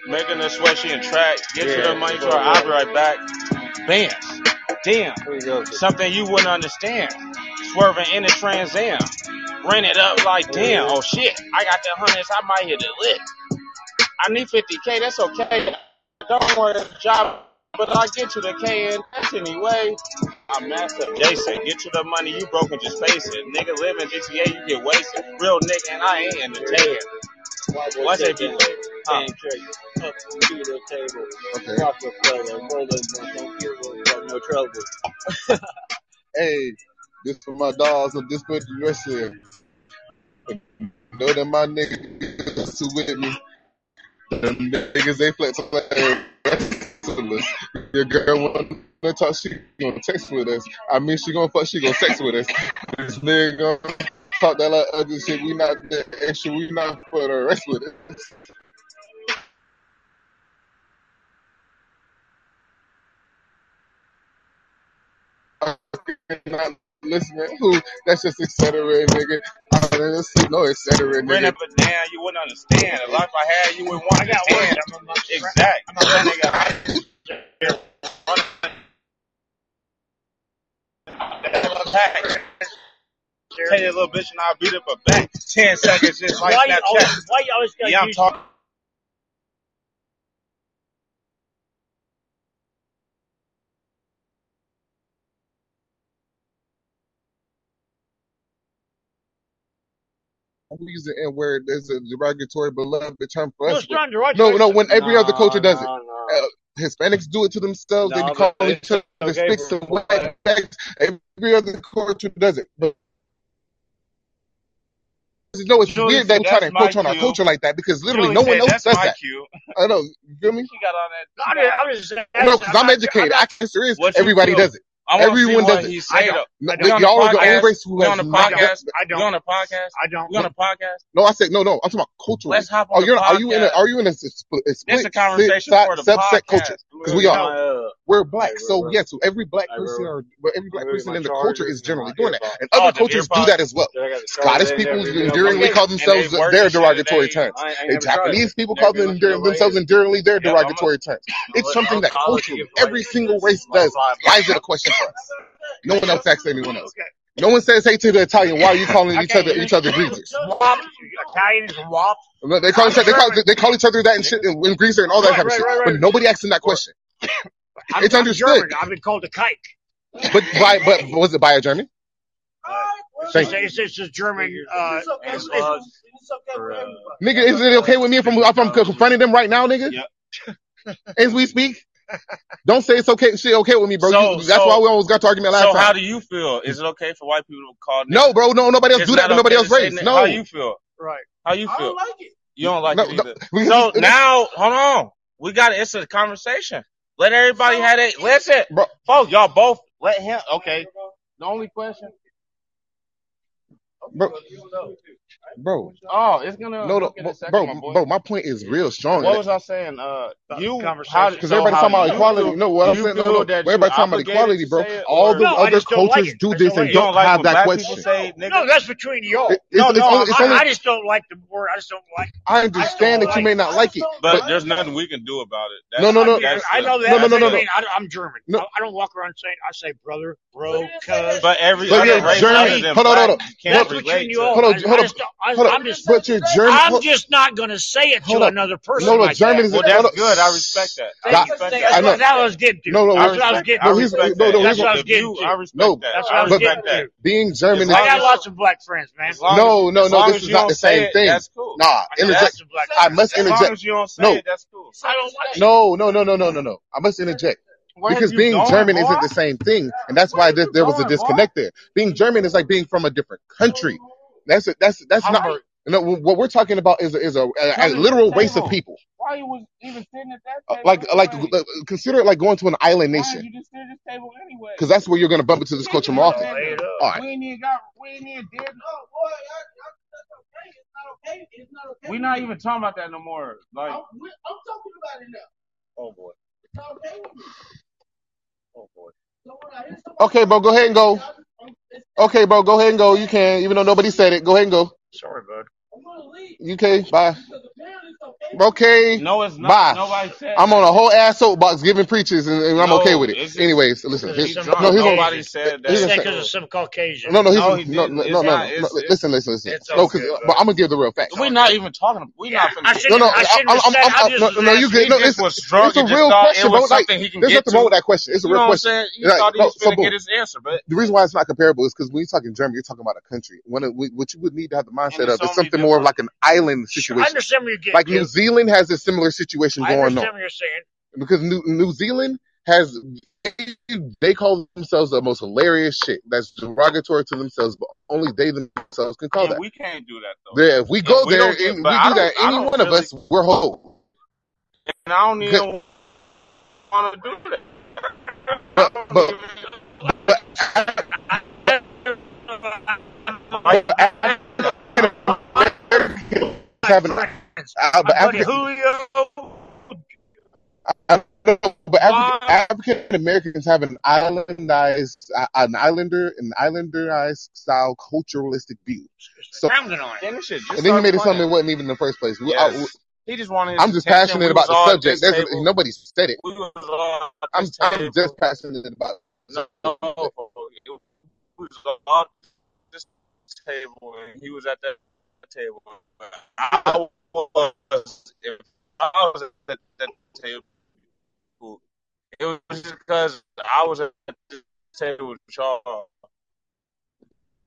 Speaker 5: Making her sweat. She in track. Get to
Speaker 3: Yeah,
Speaker 5: the money
Speaker 3: that's what
Speaker 5: drawer.
Speaker 3: I'm
Speaker 5: I'll be
Speaker 3: saying.
Speaker 5: right back. Bams. Damn.
Speaker 3: Here you go. kid.
Speaker 5: Something you wouldn't understand. Swerving in the Trans Am. Ran it up like damn. Oh shit. I got the hundreds. I might hit a lick. I need 50k. That's okay. Don't worry, job. But I get to the K and that's anyway. I'm master Jason. Get to the money. You broke and just face it. Nigga live in GTA. You get wasted. Real nigga and I ain't entertaining. Once they be huh.
Speaker 3: Hand trick, up to the table,
Speaker 4: Okay.
Speaker 3: rock with brother, brother, don't give a fuck, no trouble.
Speaker 4: Hey, this for my dogs and this for the rest of them. Know that my niggas who with me. Them niggas they flex on the rest of us. Your girl wanna talk, she gonna text with us. I mean, she gonna fuck, she gonna sex with us. This nigga gonna talk that like other shit. We not the extra, we not for the rest with it. not listening. Who? That's just et cetera, nigga. I don't listen, no, et cetera,
Speaker 5: Ran
Speaker 4: nigga.
Speaker 5: up and down. You wouldn't understand. The life I had, you wouldn't want
Speaker 2: I
Speaker 5: to
Speaker 2: got worried.
Speaker 5: understand.
Speaker 2: I'm on my
Speaker 5: Exact.
Speaker 2: I'm on my nigga.
Speaker 5: pack. Tell you a little bitch and I'll beat up a back. Ten seconds just like
Speaker 6: why you always,
Speaker 5: Snapchat.
Speaker 6: why you always gotta
Speaker 5: Yeah, I'm
Speaker 6: use
Speaker 5: talking.
Speaker 4: I'm using N word as a derogatory beloved term for
Speaker 6: no
Speaker 4: us.
Speaker 6: it's
Speaker 4: But
Speaker 6: not derogatory.
Speaker 4: no, no, when every other culture
Speaker 3: No,
Speaker 4: does it.
Speaker 3: no,
Speaker 4: Uh,
Speaker 3: no.
Speaker 4: Hispanics do it to themselves. They be
Speaker 3: No, but
Speaker 4: calling each
Speaker 3: it's
Speaker 4: other
Speaker 3: okay
Speaker 4: spics
Speaker 3: for
Speaker 4: and white backs. Every other culture does it. But you know, it's
Speaker 5: Julie
Speaker 4: weird
Speaker 5: said,
Speaker 4: that we try to
Speaker 5: that's my
Speaker 4: encroach on our
Speaker 5: cue.
Speaker 4: culture like that because
Speaker 5: Julie
Speaker 4: literally no
Speaker 5: said,
Speaker 4: one else
Speaker 5: that's
Speaker 4: does
Speaker 5: my
Speaker 4: that.
Speaker 5: cue.
Speaker 4: I know. You feel me?
Speaker 5: She got on that. She
Speaker 6: I'm
Speaker 5: got
Speaker 6: just,
Speaker 5: on
Speaker 6: I'm just
Speaker 4: No,
Speaker 6: asking. I'm
Speaker 4: because I'm
Speaker 6: not. I'm
Speaker 4: educated.
Speaker 6: not.
Speaker 4: I can serious.
Speaker 5: what you
Speaker 4: Everybody
Speaker 5: feel.
Speaker 4: does it.
Speaker 5: I want to see
Speaker 4: Everyone
Speaker 5: what
Speaker 4: does it.
Speaker 5: he
Speaker 2: I
Speaker 5: say
Speaker 2: don't.
Speaker 5: though.
Speaker 4: No,
Speaker 2: I
Speaker 5: We
Speaker 4: the,
Speaker 2: don't.
Speaker 5: on the
Speaker 4: y'all the only
Speaker 5: podcast.
Speaker 4: race who
Speaker 5: We
Speaker 4: has
Speaker 5: on the
Speaker 4: not done.
Speaker 5: podcast.
Speaker 2: I
Speaker 5: We
Speaker 2: don't.
Speaker 5: on the podcast.
Speaker 2: I don't.
Speaker 5: We on
Speaker 4: No,
Speaker 5: the podcast.
Speaker 4: no, I said no, no. I'm talking about culturally.
Speaker 5: Let's hop on
Speaker 4: Oh,
Speaker 5: the
Speaker 4: you're not, are you in a
Speaker 5: podcast.
Speaker 4: are you in a, split a
Speaker 5: This a
Speaker 4: split sit,
Speaker 5: conversation
Speaker 4: side,
Speaker 5: for the
Speaker 4: subset culture?
Speaker 5: podcast.
Speaker 3: I'm
Speaker 4: Because
Speaker 3: gonna
Speaker 4: we
Speaker 3: get
Speaker 4: are
Speaker 2: No.
Speaker 3: my uh,
Speaker 4: we're
Speaker 3: hey,
Speaker 4: black,
Speaker 3: bro,
Speaker 4: so
Speaker 3: bro,
Speaker 4: yes, so every black
Speaker 3: hey,
Speaker 4: person
Speaker 3: bro.
Speaker 4: or well, every
Speaker 3: I'm
Speaker 4: black
Speaker 3: gonna get
Speaker 4: person
Speaker 3: my
Speaker 4: in the culture
Speaker 3: charger
Speaker 4: is
Speaker 3: and my
Speaker 4: generally doing that,
Speaker 3: earpod.
Speaker 4: and
Speaker 5: Oh,
Speaker 4: other
Speaker 5: the
Speaker 4: cultures do
Speaker 5: earpod.
Speaker 4: that as well.
Speaker 3: Dude, I got the charger. They
Speaker 4: Scottish
Speaker 3: ain't never
Speaker 4: people
Speaker 3: even been on my
Speaker 4: endearingly
Speaker 6: Okay.
Speaker 4: call
Speaker 3: phone.
Speaker 5: And they
Speaker 4: themselves
Speaker 5: work
Speaker 4: their
Speaker 5: and shit.
Speaker 4: derogatory
Speaker 5: They
Speaker 4: terms.
Speaker 3: I
Speaker 4: And
Speaker 3: ain't, ain't never tried it.
Speaker 4: Japanese people
Speaker 3: Never
Speaker 4: call
Speaker 3: been
Speaker 4: them,
Speaker 3: on shit
Speaker 4: their,
Speaker 3: over
Speaker 4: themselves
Speaker 3: here.
Speaker 4: endearingly their
Speaker 5: yep. I'm a,
Speaker 4: derogatory terms.
Speaker 3: No,
Speaker 4: It's
Speaker 3: what-
Speaker 4: something
Speaker 3: I'll
Speaker 4: that
Speaker 3: call it.
Speaker 4: culturally
Speaker 3: You get
Speaker 4: every
Speaker 3: politely
Speaker 4: single
Speaker 3: just
Speaker 4: race
Speaker 3: like
Speaker 4: does.
Speaker 3: five
Speaker 4: Why
Speaker 3: minutes.
Speaker 4: is it a question for us? No one else asks anyone else.
Speaker 2: Okay.
Speaker 4: No one says, "Hey," to the Italian. Why are you calling
Speaker 2: I
Speaker 4: each
Speaker 2: can't
Speaker 4: other
Speaker 2: hear
Speaker 4: each
Speaker 2: you.
Speaker 4: other Greeks?
Speaker 2: Wop. Italians wop.
Speaker 4: No, They call
Speaker 2: I'm
Speaker 4: each other, they call
Speaker 2: German.
Speaker 4: they call each other that and shit
Speaker 2: Nigga.
Speaker 4: in, in Greece and all
Speaker 2: Right,
Speaker 4: that type of
Speaker 2: right,
Speaker 4: shit.
Speaker 2: right,
Speaker 4: But
Speaker 2: right.
Speaker 4: nobody asking that
Speaker 3: What?
Speaker 4: question.
Speaker 2: I'm
Speaker 4: It's
Speaker 2: I'm
Speaker 4: understood.
Speaker 2: German. I've been called a kike.
Speaker 4: But by but was it by a German?
Speaker 2: It's
Speaker 4: Thank
Speaker 2: just,
Speaker 4: you,
Speaker 2: it's just a German.
Speaker 3: Figures and
Speaker 2: Uh, it's, it's,
Speaker 3: laws for uh,
Speaker 4: nigga.
Speaker 3: that's
Speaker 4: Is it
Speaker 3: what I
Speaker 4: okay
Speaker 3: like.
Speaker 4: with me if I'm,
Speaker 3: Figures
Speaker 4: if
Speaker 3: and
Speaker 4: I'm
Speaker 3: laws.
Speaker 4: confronting them right now, nigga?
Speaker 5: yep.
Speaker 4: As we speak, don't say it's okay. Shit, okay with me, bro.
Speaker 5: So
Speaker 4: You that's why
Speaker 5: so
Speaker 4: we almost got to argument last
Speaker 5: so
Speaker 4: time.
Speaker 5: how do you feel? Is it okay for white people to call
Speaker 4: No,
Speaker 5: niggas?
Speaker 4: bro. No, nobody else
Speaker 5: It's
Speaker 4: do that
Speaker 5: not
Speaker 4: with nobody
Speaker 5: okay to
Speaker 4: else
Speaker 5: say
Speaker 4: race.
Speaker 5: nigga. How
Speaker 4: No,
Speaker 5: you feel?
Speaker 2: right.
Speaker 5: How you feel? You don't like
Speaker 4: no,
Speaker 5: it
Speaker 4: no
Speaker 5: either.
Speaker 4: because
Speaker 5: So
Speaker 4: it's, it's
Speaker 5: now, hold on. We got it. It's a conversation. Let everybody have it. Listen,
Speaker 4: bro.
Speaker 5: folks, y'all both let him. Okay. The only question.
Speaker 4: Bro, bro,
Speaker 5: Oh, it's gonna
Speaker 4: no, no,
Speaker 5: hook in a
Speaker 4: bro,
Speaker 5: second,
Speaker 4: bro,
Speaker 5: my boy.
Speaker 4: bro. My point is real strong in
Speaker 5: What
Speaker 4: it
Speaker 5: was I saying? Uh,
Speaker 2: Uh,
Speaker 5: you how?
Speaker 2: Conversation.
Speaker 4: because
Speaker 5: So
Speaker 4: everybody's
Speaker 5: how
Speaker 4: talking
Speaker 5: do
Speaker 4: about
Speaker 5: you
Speaker 4: equality.
Speaker 5: feel?
Speaker 4: No, what
Speaker 5: Do
Speaker 4: I'm
Speaker 5: you
Speaker 4: saying, no, no.
Speaker 5: feel that you
Speaker 4: Everybody's talking about
Speaker 5: obligated
Speaker 4: equality,
Speaker 5: to
Speaker 4: bro.
Speaker 5: say it,
Speaker 4: All
Speaker 5: or
Speaker 4: the
Speaker 2: No, I
Speaker 4: other
Speaker 2: just don't like
Speaker 4: cultures
Speaker 2: it.
Speaker 4: do
Speaker 2: I just
Speaker 4: this
Speaker 2: don't like it.
Speaker 5: you
Speaker 4: and don't
Speaker 5: don't like
Speaker 4: have
Speaker 5: when
Speaker 4: that
Speaker 5: black people
Speaker 4: question.
Speaker 5: say nigga?
Speaker 2: No, that's between y'all.
Speaker 4: It, it's
Speaker 2: No,
Speaker 4: it's
Speaker 2: no,
Speaker 4: only it's only
Speaker 2: I, I just don't like the word. I just don't like. I
Speaker 4: I
Speaker 2: just don't
Speaker 4: understand that you
Speaker 2: like.
Speaker 4: may not like it, but
Speaker 5: But there's nothing we can do about it.
Speaker 4: no,
Speaker 5: That's
Speaker 4: no,
Speaker 2: I
Speaker 4: no,
Speaker 2: mean,
Speaker 5: that's
Speaker 2: I
Speaker 5: the
Speaker 2: know
Speaker 4: no,
Speaker 2: that.
Speaker 4: no,
Speaker 5: that's
Speaker 4: no,
Speaker 2: I
Speaker 4: no,
Speaker 5: the
Speaker 4: no,
Speaker 2: mean, I, I'm German. I,
Speaker 4: no.
Speaker 2: I don't walk around saying I say brother, bro, cuz.
Speaker 5: But every
Speaker 4: But
Speaker 2: I
Speaker 5: other
Speaker 4: you're
Speaker 2: don't.
Speaker 5: race other
Speaker 4: German.
Speaker 5: than
Speaker 4: Hold on,
Speaker 5: black,
Speaker 4: hold on,
Speaker 5: you
Speaker 4: hold
Speaker 5: can't
Speaker 2: That's
Speaker 4: on,
Speaker 2: between
Speaker 5: relate
Speaker 2: you
Speaker 5: to.
Speaker 2: all.
Speaker 4: hold
Speaker 2: I,
Speaker 4: on,
Speaker 2: I
Speaker 4: hold up,
Speaker 2: just don't. I,
Speaker 4: hold up.
Speaker 2: I'm just.
Speaker 4: But you're German.
Speaker 2: I'm
Speaker 4: Hold,
Speaker 2: just not gonna say it
Speaker 4: hold
Speaker 2: to
Speaker 4: up.
Speaker 2: another
Speaker 4: No,
Speaker 2: person
Speaker 4: no,
Speaker 2: like that.
Speaker 4: German is
Speaker 5: Well,
Speaker 4: no,
Speaker 5: that's
Speaker 4: no.
Speaker 5: good. I respect that. I
Speaker 4: That,
Speaker 2: Thank you.
Speaker 5: respect
Speaker 2: Th-
Speaker 5: that.
Speaker 4: I
Speaker 2: That's
Speaker 4: know.
Speaker 2: what that was getting to.
Speaker 4: No, no.
Speaker 5: I
Speaker 4: We're
Speaker 2: That's what I was
Speaker 5: respect.
Speaker 2: getting
Speaker 5: I
Speaker 2: to.
Speaker 4: no. Here's
Speaker 5: respect
Speaker 4: no,
Speaker 5: that.
Speaker 4: no.
Speaker 5: If
Speaker 4: Here's
Speaker 2: That's what
Speaker 4: what.
Speaker 2: I was getting
Speaker 5: if you, I
Speaker 2: to.
Speaker 5: respect
Speaker 4: No,
Speaker 5: that.
Speaker 2: That's what
Speaker 5: I
Speaker 2: I was
Speaker 4: bro.
Speaker 5: respect
Speaker 2: getting
Speaker 5: that.
Speaker 2: to.
Speaker 4: Being
Speaker 5: As
Speaker 4: German is
Speaker 2: I
Speaker 5: long
Speaker 2: got
Speaker 5: as
Speaker 2: lots of black friends, man.
Speaker 5: as long as
Speaker 4: no, no,
Speaker 5: as
Speaker 4: no.
Speaker 5: long
Speaker 4: This
Speaker 5: as
Speaker 4: is
Speaker 5: you
Speaker 4: not
Speaker 5: don't
Speaker 4: the
Speaker 5: say
Speaker 4: same
Speaker 5: it,
Speaker 4: thing.
Speaker 5: that's cool.
Speaker 4: Nah,
Speaker 2: I got
Speaker 4: interject.
Speaker 2: lots of black
Speaker 4: I
Speaker 2: friends.
Speaker 4: must
Speaker 5: As long
Speaker 4: interject.
Speaker 5: as you don't say
Speaker 4: No,
Speaker 5: it, that's cool.
Speaker 2: I don't like it.
Speaker 4: No, no, no, no, no, no, no. I must interject
Speaker 5: Where have
Speaker 4: because
Speaker 5: you
Speaker 4: being
Speaker 5: going,
Speaker 4: German
Speaker 5: boy?
Speaker 4: isn't the same thing, and that's
Speaker 5: Where
Speaker 4: why
Speaker 5: are
Speaker 4: there,
Speaker 5: you
Speaker 4: there was a
Speaker 5: going, boy?
Speaker 4: disconnect there. Being German is like being from a different country. That's it. That's that's not.
Speaker 5: Albert,
Speaker 4: You know, what we're talking about is a, is a, a, a
Speaker 5: come to the
Speaker 4: literal race of
Speaker 5: table.
Speaker 4: people.
Speaker 5: Why you was even sitting at that
Speaker 4: Uh,
Speaker 5: table
Speaker 4: Like like
Speaker 5: anyway?
Speaker 4: uh, consider it like going to an island
Speaker 5: Why
Speaker 4: nation
Speaker 5: did you just sit at this table anyway?
Speaker 4: because that's where you're gonna bump into this
Speaker 5: Kick
Speaker 4: culture
Speaker 5: it
Speaker 4: more
Speaker 5: up,
Speaker 4: often.
Speaker 2: Lay
Speaker 5: nigga.
Speaker 2: it up.
Speaker 4: All right,
Speaker 5: We ain't even got, we ain't even did. We're not even talking about that no more. Like,
Speaker 2: Oh boy. Oh boy.
Speaker 4: okay, bro, go ahead and go. Okay, bro, go ahead and go. You can, even though nobody said it. Go ahead and go.
Speaker 2: Sorry, bud.
Speaker 4: Okay, bye. Okay,
Speaker 5: no, it's not.
Speaker 4: bye. Oh,
Speaker 5: Nobody said
Speaker 4: I'm on
Speaker 5: that,
Speaker 4: a whole
Speaker 5: nigga.
Speaker 4: ass soapbox giving preachers, and, and I'm okay
Speaker 5: No,
Speaker 4: with it.
Speaker 5: it's just
Speaker 4: Anyways,
Speaker 2: Because
Speaker 4: listen.
Speaker 2: of
Speaker 4: Here's
Speaker 5: he's
Speaker 2: some
Speaker 4: no.
Speaker 5: drunk.
Speaker 4: Here's what.
Speaker 5: Nobody
Speaker 2: Caucasian.
Speaker 5: said
Speaker 4: Here's
Speaker 2: He
Speaker 5: that.
Speaker 4: what I'm
Speaker 2: said
Speaker 4: saying.
Speaker 2: because of
Speaker 5: So
Speaker 2: some
Speaker 4: No,
Speaker 2: Caucasians.
Speaker 4: no. Here's
Speaker 5: no,
Speaker 4: what,
Speaker 5: he
Speaker 4: no,
Speaker 5: didn't.
Speaker 4: no,
Speaker 5: It's
Speaker 4: no, no.
Speaker 5: not.
Speaker 4: no
Speaker 5: It's
Speaker 4: listen, listen, listen.
Speaker 2: It's
Speaker 4: No,
Speaker 2: all
Speaker 4: because
Speaker 2: good,
Speaker 4: but
Speaker 2: bud.
Speaker 4: I'm gonna give the real
Speaker 2: It's
Speaker 4: facts.
Speaker 5: we're
Speaker 2: all
Speaker 5: not
Speaker 2: good.
Speaker 5: even talking. We're
Speaker 2: Yeah,
Speaker 5: not finna
Speaker 2: I
Speaker 5: get
Speaker 4: No,
Speaker 2: shouldn't
Speaker 4: no.
Speaker 2: have. I
Speaker 5: into that.
Speaker 4: I,
Speaker 2: shouldn't
Speaker 4: I'm,
Speaker 2: have
Speaker 4: I'm,
Speaker 2: said.
Speaker 4: I'm,
Speaker 2: I
Speaker 4: I'm,
Speaker 2: just
Speaker 4: no,
Speaker 2: was
Speaker 4: no. You
Speaker 2: asking.
Speaker 4: good?
Speaker 5: He
Speaker 4: No,
Speaker 5: just
Speaker 4: listen.
Speaker 5: was
Speaker 4: It's
Speaker 5: drunk
Speaker 4: a
Speaker 5: and just
Speaker 4: real
Speaker 5: thought it
Speaker 4: question, bro.
Speaker 5: was
Speaker 4: Like
Speaker 5: something he can
Speaker 4: there's
Speaker 5: get
Speaker 4: nothing wrong
Speaker 5: to.
Speaker 4: with that question. It's a
Speaker 5: You
Speaker 4: real
Speaker 5: know what I'm
Speaker 4: question.
Speaker 5: saying? He
Speaker 4: Like,
Speaker 5: thought he
Speaker 4: no,
Speaker 5: was
Speaker 4: so
Speaker 5: finna
Speaker 4: boom.
Speaker 5: get his answer, but
Speaker 4: The reason why it's not comparable is because when you're talking German, you're talking about a country. One of wh- what you would need to have the
Speaker 5: and
Speaker 4: mindset
Speaker 5: there's
Speaker 4: of is
Speaker 5: so many
Speaker 4: something more of
Speaker 5: different.
Speaker 4: like an island
Speaker 2: Sure, I
Speaker 4: situation.
Speaker 2: understand what you're getting
Speaker 4: Like New
Speaker 2: to.
Speaker 4: Zealand has a similar situation
Speaker 2: I
Speaker 4: going on
Speaker 2: understand what you're saying.
Speaker 4: because New, New Zealand has they call themselves the most hilarious shit that's derogatory to themselves, but only they themselves can call
Speaker 5: And
Speaker 4: that.
Speaker 5: we can't do that though.
Speaker 4: Yeah, if we
Speaker 5: If
Speaker 4: go
Speaker 5: we
Speaker 4: there
Speaker 5: don't get,
Speaker 4: and
Speaker 5: but
Speaker 4: we
Speaker 5: I
Speaker 4: do
Speaker 5: don't.
Speaker 4: that,
Speaker 5: I
Speaker 4: any
Speaker 5: don't
Speaker 4: one of
Speaker 5: really.
Speaker 4: us, we're whole.
Speaker 5: And I don't
Speaker 4: Good,
Speaker 5: even want to do that. I
Speaker 4: but
Speaker 5: don't
Speaker 4: but
Speaker 5: even.
Speaker 4: but
Speaker 2: I,
Speaker 4: but
Speaker 2: I,
Speaker 4: Africans
Speaker 2: my
Speaker 4: have an
Speaker 2: friends,
Speaker 4: uh,
Speaker 2: my
Speaker 4: but
Speaker 2: buddy
Speaker 4: African
Speaker 2: Julio.
Speaker 4: I don't know, but African
Speaker 5: Why?
Speaker 4: African Americans have an islandized uh, an islander an islanderized style culturalistic view. So
Speaker 2: Pounding on it.
Speaker 5: Then this shit just
Speaker 4: and then you
Speaker 5: started
Speaker 4: made it
Speaker 5: playing.
Speaker 4: something it wasn't even in the first place. We- I,
Speaker 5: Yes. He just wanted his
Speaker 4: I'm just
Speaker 5: attention.
Speaker 4: passionate
Speaker 5: We was
Speaker 4: about the
Speaker 5: all at
Speaker 4: subject.
Speaker 5: this
Speaker 4: There's
Speaker 5: table.
Speaker 4: nobody said it.
Speaker 5: We was all at
Speaker 4: I'm
Speaker 5: this
Speaker 4: I'm
Speaker 5: table.
Speaker 4: just passionate about the
Speaker 5: No, no,
Speaker 4: subject.
Speaker 5: we was He was at that table. I was if I was at that, that table. It was just because I was at the table with y'all,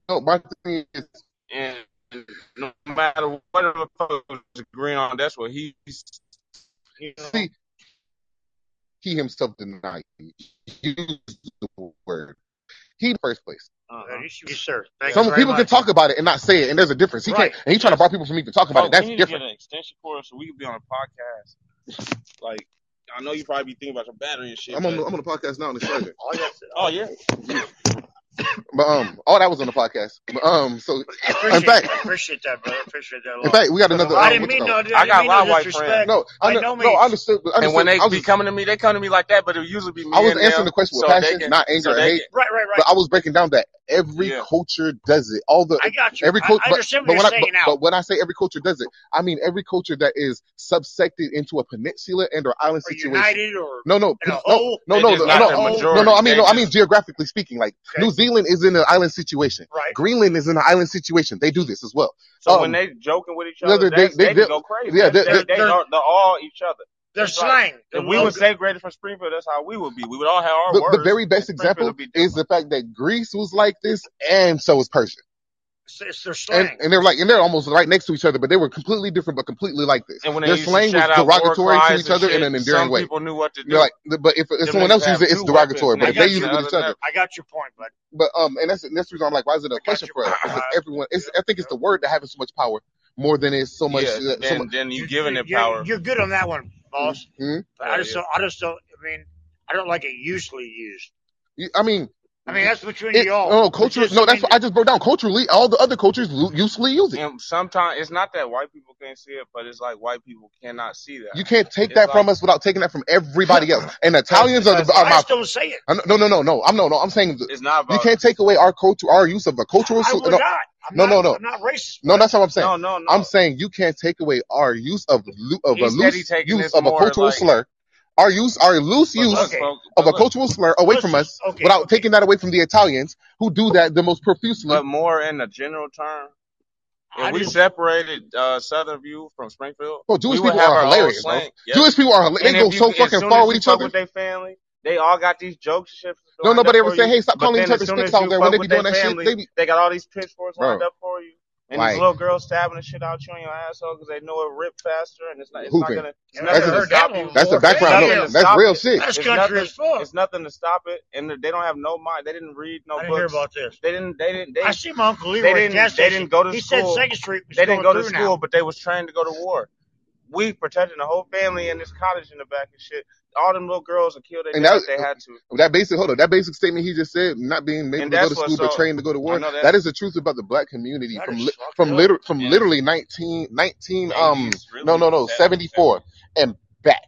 Speaker 4: No, my thing is,
Speaker 5: and no matter what the fuck was agreeing on, that's what he's. You know,
Speaker 4: see, he himself denied. He used the word. He in the first place.
Speaker 5: uh-huh.
Speaker 2: Yes, yes, sir. Thank you
Speaker 4: Some
Speaker 2: very
Speaker 4: people can
Speaker 2: much.
Speaker 4: talk about it and not say it, and there's a difference. He can't,
Speaker 2: Right.
Speaker 4: and he's trying to
Speaker 2: Yes.
Speaker 4: bar people from even talking about it.
Speaker 5: Bro, Oh, we
Speaker 4: That's
Speaker 5: need to get
Speaker 4: different.
Speaker 5: an extension cord so we can be on a podcast. Like, I know you probably be thinking about your battery and shit,
Speaker 4: I'm on,
Speaker 5: but
Speaker 4: the, I'm on the podcast now, and it's charging.
Speaker 2: All you have to,
Speaker 5: oh yeah,
Speaker 4: But um, all that was on the podcast. But um, so
Speaker 2: I
Speaker 4: in
Speaker 2: appreciate,
Speaker 4: fact,
Speaker 2: I appreciate that, brother. I appreciate that a
Speaker 4: in
Speaker 2: lot.
Speaker 4: fact, we got
Speaker 5: because a
Speaker 4: another
Speaker 2: I
Speaker 5: lot of
Speaker 4: um,
Speaker 2: didn't
Speaker 4: what you
Speaker 2: mean
Speaker 4: call
Speaker 2: no,
Speaker 4: it?
Speaker 2: I
Speaker 5: I
Speaker 2: didn't
Speaker 5: got a
Speaker 2: mean no
Speaker 5: lot of white friends,
Speaker 2: disrespect
Speaker 4: No, I
Speaker 2: by no
Speaker 4: know, no, I
Speaker 2: means.
Speaker 4: understood, I
Speaker 5: and when
Speaker 4: understood.
Speaker 5: they
Speaker 4: I
Speaker 5: be
Speaker 4: was,
Speaker 5: coming to me, they come to me like that, but it usually be
Speaker 4: I
Speaker 5: me
Speaker 4: was
Speaker 5: and
Speaker 4: answering
Speaker 5: them,
Speaker 4: the question with
Speaker 5: so they
Speaker 4: passion,
Speaker 5: can,
Speaker 4: not anger
Speaker 5: so
Speaker 4: or
Speaker 5: they
Speaker 4: hate.
Speaker 5: can,
Speaker 2: Right, right,
Speaker 4: But
Speaker 2: right.
Speaker 4: I was breaking down that every
Speaker 5: yeah,
Speaker 4: culture does it. All the
Speaker 2: I got you.
Speaker 4: every
Speaker 2: I,
Speaker 4: culture,
Speaker 2: I
Speaker 4: but
Speaker 2: understand what
Speaker 4: but
Speaker 2: you're
Speaker 4: when I but,
Speaker 2: saying now.
Speaker 4: but when I say every culture does it, I mean every culture that is subsected into a peninsula and or island
Speaker 2: Or
Speaker 4: situation.
Speaker 2: united or
Speaker 4: No, no,
Speaker 2: in a
Speaker 4: no, no,
Speaker 2: whole.
Speaker 4: no,
Speaker 5: they
Speaker 4: no,
Speaker 5: just
Speaker 2: In
Speaker 4: no,
Speaker 2: a
Speaker 5: not
Speaker 4: no,
Speaker 5: the
Speaker 2: whole.
Speaker 4: no, no.
Speaker 5: majority.
Speaker 4: I mean,
Speaker 5: They
Speaker 4: no, I mean
Speaker 5: just
Speaker 4: geographically speaking. Like
Speaker 2: Okay.
Speaker 4: New Zealand is in an island situation.
Speaker 2: Right.
Speaker 4: Greenland is in an island situation. They do this as well.
Speaker 5: so when
Speaker 4: Um,
Speaker 5: they joking with each
Speaker 4: the
Speaker 5: other,
Speaker 4: other they
Speaker 5: that's
Speaker 4: they,
Speaker 5: they
Speaker 4: they
Speaker 5: can go crazy.
Speaker 4: yeah
Speaker 5: That's
Speaker 4: they,
Speaker 5: they
Speaker 4: they
Speaker 2: They're
Speaker 5: they
Speaker 2: they're
Speaker 5: are they're all each other.
Speaker 2: they're
Speaker 5: It's like
Speaker 2: slang. They're
Speaker 5: if we were
Speaker 2: logo.
Speaker 5: segregated from Springfield, that's how we would be. We would all have our
Speaker 4: the, the
Speaker 5: words,
Speaker 4: very best
Speaker 5: and Springfield
Speaker 4: example
Speaker 5: would be
Speaker 4: is
Speaker 5: different.
Speaker 4: the fact that Greece was like this, and so was Persia,
Speaker 2: It's, it's their
Speaker 4: and
Speaker 2: slang.
Speaker 4: and they're like, and they're almost right next to each other, but they were completely different, but completely like this.
Speaker 5: And when they
Speaker 4: Their
Speaker 5: used to
Speaker 4: slang was
Speaker 5: shout out war
Speaker 4: derogatory to
Speaker 5: cries
Speaker 4: each
Speaker 5: and
Speaker 4: other in
Speaker 5: shit,
Speaker 4: an endearing
Speaker 5: some
Speaker 4: way.
Speaker 5: people knew what to
Speaker 4: They're
Speaker 5: do.
Speaker 4: like, but if, if
Speaker 5: Them
Speaker 4: someone
Speaker 5: niggas
Speaker 4: else uses
Speaker 5: have
Speaker 4: it, it's
Speaker 5: two weapons,
Speaker 4: derogatory.
Speaker 5: and
Speaker 4: But
Speaker 2: I
Speaker 5: they
Speaker 4: if they
Speaker 5: got
Speaker 2: got
Speaker 4: use
Speaker 5: you,
Speaker 4: it
Speaker 5: the
Speaker 2: you.
Speaker 4: with each
Speaker 5: other
Speaker 4: other,
Speaker 5: not.
Speaker 2: I got your point, bud.
Speaker 4: but um, and that's and that's the reason I'm like, why is it a
Speaker 2: I got
Speaker 4: question
Speaker 2: your
Speaker 4: for us?
Speaker 2: point.
Speaker 4: Because
Speaker 2: I,
Speaker 4: everyone, it's
Speaker 2: yep,
Speaker 4: I think it's
Speaker 2: yep.
Speaker 4: the word that having so much power more than it's so much
Speaker 5: Yeah,
Speaker 4: uh, so much.
Speaker 5: then then you
Speaker 2: You're,
Speaker 5: giving
Speaker 2: you're
Speaker 5: it
Speaker 2: you're
Speaker 5: power.
Speaker 2: you're good on that one,
Speaker 4: Mhm.
Speaker 2: boss. But I
Speaker 5: Oh
Speaker 2: just
Speaker 5: yeah.
Speaker 2: don't. I just don't. I mean, I don't like it usually used.
Speaker 4: You- I mean,
Speaker 2: I
Speaker 5: Mm-hmm.
Speaker 2: mean, that's between
Speaker 4: it
Speaker 2: y'all.
Speaker 4: no
Speaker 2: But
Speaker 4: culture.
Speaker 2: just I
Speaker 4: No, that's
Speaker 2: mean,
Speaker 4: what I just broke down. Culturally, all the other cultures lo- usefully use it.
Speaker 5: And sometimes it's not that white people can't see it, but it's like white people cannot see
Speaker 4: You
Speaker 5: that.
Speaker 4: can't take
Speaker 5: It's
Speaker 4: that
Speaker 5: like
Speaker 4: from us without taking that from everybody else. And
Speaker 5: cause
Speaker 4: Italians are the
Speaker 5: cause
Speaker 4: are
Speaker 2: I
Speaker 4: my
Speaker 2: just
Speaker 5: like
Speaker 2: don't say it.
Speaker 4: I no, no, no, no. I'm no, no. I'm saying th-
Speaker 5: it's not
Speaker 4: you
Speaker 5: about
Speaker 4: can't take away our culture, our use of a cultural.
Speaker 2: I
Speaker 4: su-
Speaker 2: would
Speaker 4: No,
Speaker 2: not. I'm
Speaker 4: no,
Speaker 2: not.
Speaker 4: no, no.
Speaker 2: I'm not racist,
Speaker 4: No,
Speaker 2: bud.
Speaker 4: that's not what I'm saying.
Speaker 5: no no no.
Speaker 4: I'm saying you can't take away our use of lo- of a
Speaker 5: He's steady
Speaker 4: loose
Speaker 5: taking
Speaker 4: use
Speaker 5: this
Speaker 4: of a
Speaker 5: more
Speaker 4: cultural
Speaker 5: like
Speaker 4: slur, our use our loose
Speaker 5: but look
Speaker 4: use
Speaker 2: Okay.
Speaker 5: folk
Speaker 4: of
Speaker 5: but
Speaker 4: a
Speaker 5: look
Speaker 4: cultural slur away from
Speaker 2: Listen.
Speaker 4: us
Speaker 2: Okay.
Speaker 4: without
Speaker 2: Okay.
Speaker 4: taking that away from the Italians who do that the most profusely.
Speaker 5: but more in a general term. If
Speaker 2: I
Speaker 5: we
Speaker 2: just.
Speaker 5: separated uh Southern View from Springfield, we
Speaker 4: Well, Oh, Jewish
Speaker 5: would
Speaker 4: people
Speaker 5: have
Speaker 4: are
Speaker 5: our own
Speaker 4: hilarious, bro.
Speaker 5: slang. Yep.
Speaker 4: Jewish people are hila- they
Speaker 5: And
Speaker 4: go
Speaker 5: if you
Speaker 4: so
Speaker 5: as
Speaker 4: fucking
Speaker 5: soon
Speaker 4: far
Speaker 5: as
Speaker 4: with
Speaker 5: you
Speaker 4: each
Speaker 5: fuck
Speaker 4: other.
Speaker 5: with their family, they all got these jokes and shit
Speaker 4: No,
Speaker 5: lined up
Speaker 4: nobody ever
Speaker 5: for
Speaker 4: said,
Speaker 5: you.
Speaker 4: "Hey, stop
Speaker 5: But
Speaker 4: calling each
Speaker 5: then as
Speaker 4: other
Speaker 5: soon
Speaker 4: sticks
Speaker 5: as
Speaker 4: out
Speaker 5: you
Speaker 4: there." When
Speaker 5: fuck
Speaker 4: they
Speaker 5: with
Speaker 4: be
Speaker 5: their
Speaker 4: doing that shit,
Speaker 5: family,
Speaker 4: they be
Speaker 5: they got all these pitchforks lined
Speaker 4: bro.
Speaker 5: up for you. And these
Speaker 4: Like
Speaker 5: little girls stabbing the shit out you in your asshole because they know it rip faster, and it's not it's not
Speaker 4: hooping.
Speaker 5: gonna it's
Speaker 2: I've
Speaker 4: That's
Speaker 2: never
Speaker 5: nothing to
Speaker 4: a,
Speaker 2: heard that
Speaker 5: stop you.
Speaker 2: one
Speaker 4: that's
Speaker 2: before.
Speaker 4: a
Speaker 5: It's
Speaker 4: background
Speaker 5: nothing
Speaker 4: note.
Speaker 2: Damn.
Speaker 5: to
Speaker 4: That's
Speaker 5: stop
Speaker 4: real
Speaker 5: it.
Speaker 4: shit.
Speaker 2: That's
Speaker 5: It's
Speaker 2: country
Speaker 5: nothing
Speaker 2: as fuck.
Speaker 5: it's nothing to stop it. And they don't have no mind. They didn't read no
Speaker 2: I didn't hear
Speaker 5: books.
Speaker 2: about this.
Speaker 5: They didn't they didn't
Speaker 2: I
Speaker 5: they
Speaker 2: see my uncle
Speaker 5: they
Speaker 2: Leroy at the gas
Speaker 5: didn't they
Speaker 2: station.
Speaker 5: didn't go to
Speaker 2: He said
Speaker 5: school.
Speaker 2: Second Street was
Speaker 5: They didn't
Speaker 2: going
Speaker 5: go to
Speaker 2: through now.
Speaker 5: school, but they was trained to go to war we protecting the whole family and this cottage in the back and shit. All them little girls would kill their
Speaker 4: And
Speaker 5: nigga
Speaker 4: that
Speaker 5: if they had to.
Speaker 4: that basic hold on that basic statement he just said, not being able
Speaker 5: And
Speaker 4: to go
Speaker 5: that's
Speaker 4: to
Speaker 5: what
Speaker 4: school but
Speaker 5: so
Speaker 4: trained to go to
Speaker 5: I
Speaker 4: war.
Speaker 5: know that
Speaker 4: That is the truth about the black community
Speaker 2: That
Speaker 4: from
Speaker 2: is
Speaker 4: lit
Speaker 2: fucked
Speaker 4: from
Speaker 2: up.
Speaker 4: liter from
Speaker 5: in
Speaker 4: literally 19, 19 um
Speaker 5: nineties,
Speaker 4: no
Speaker 5: really
Speaker 4: no no
Speaker 5: seventies,
Speaker 4: seventy four
Speaker 5: seventies.
Speaker 4: and back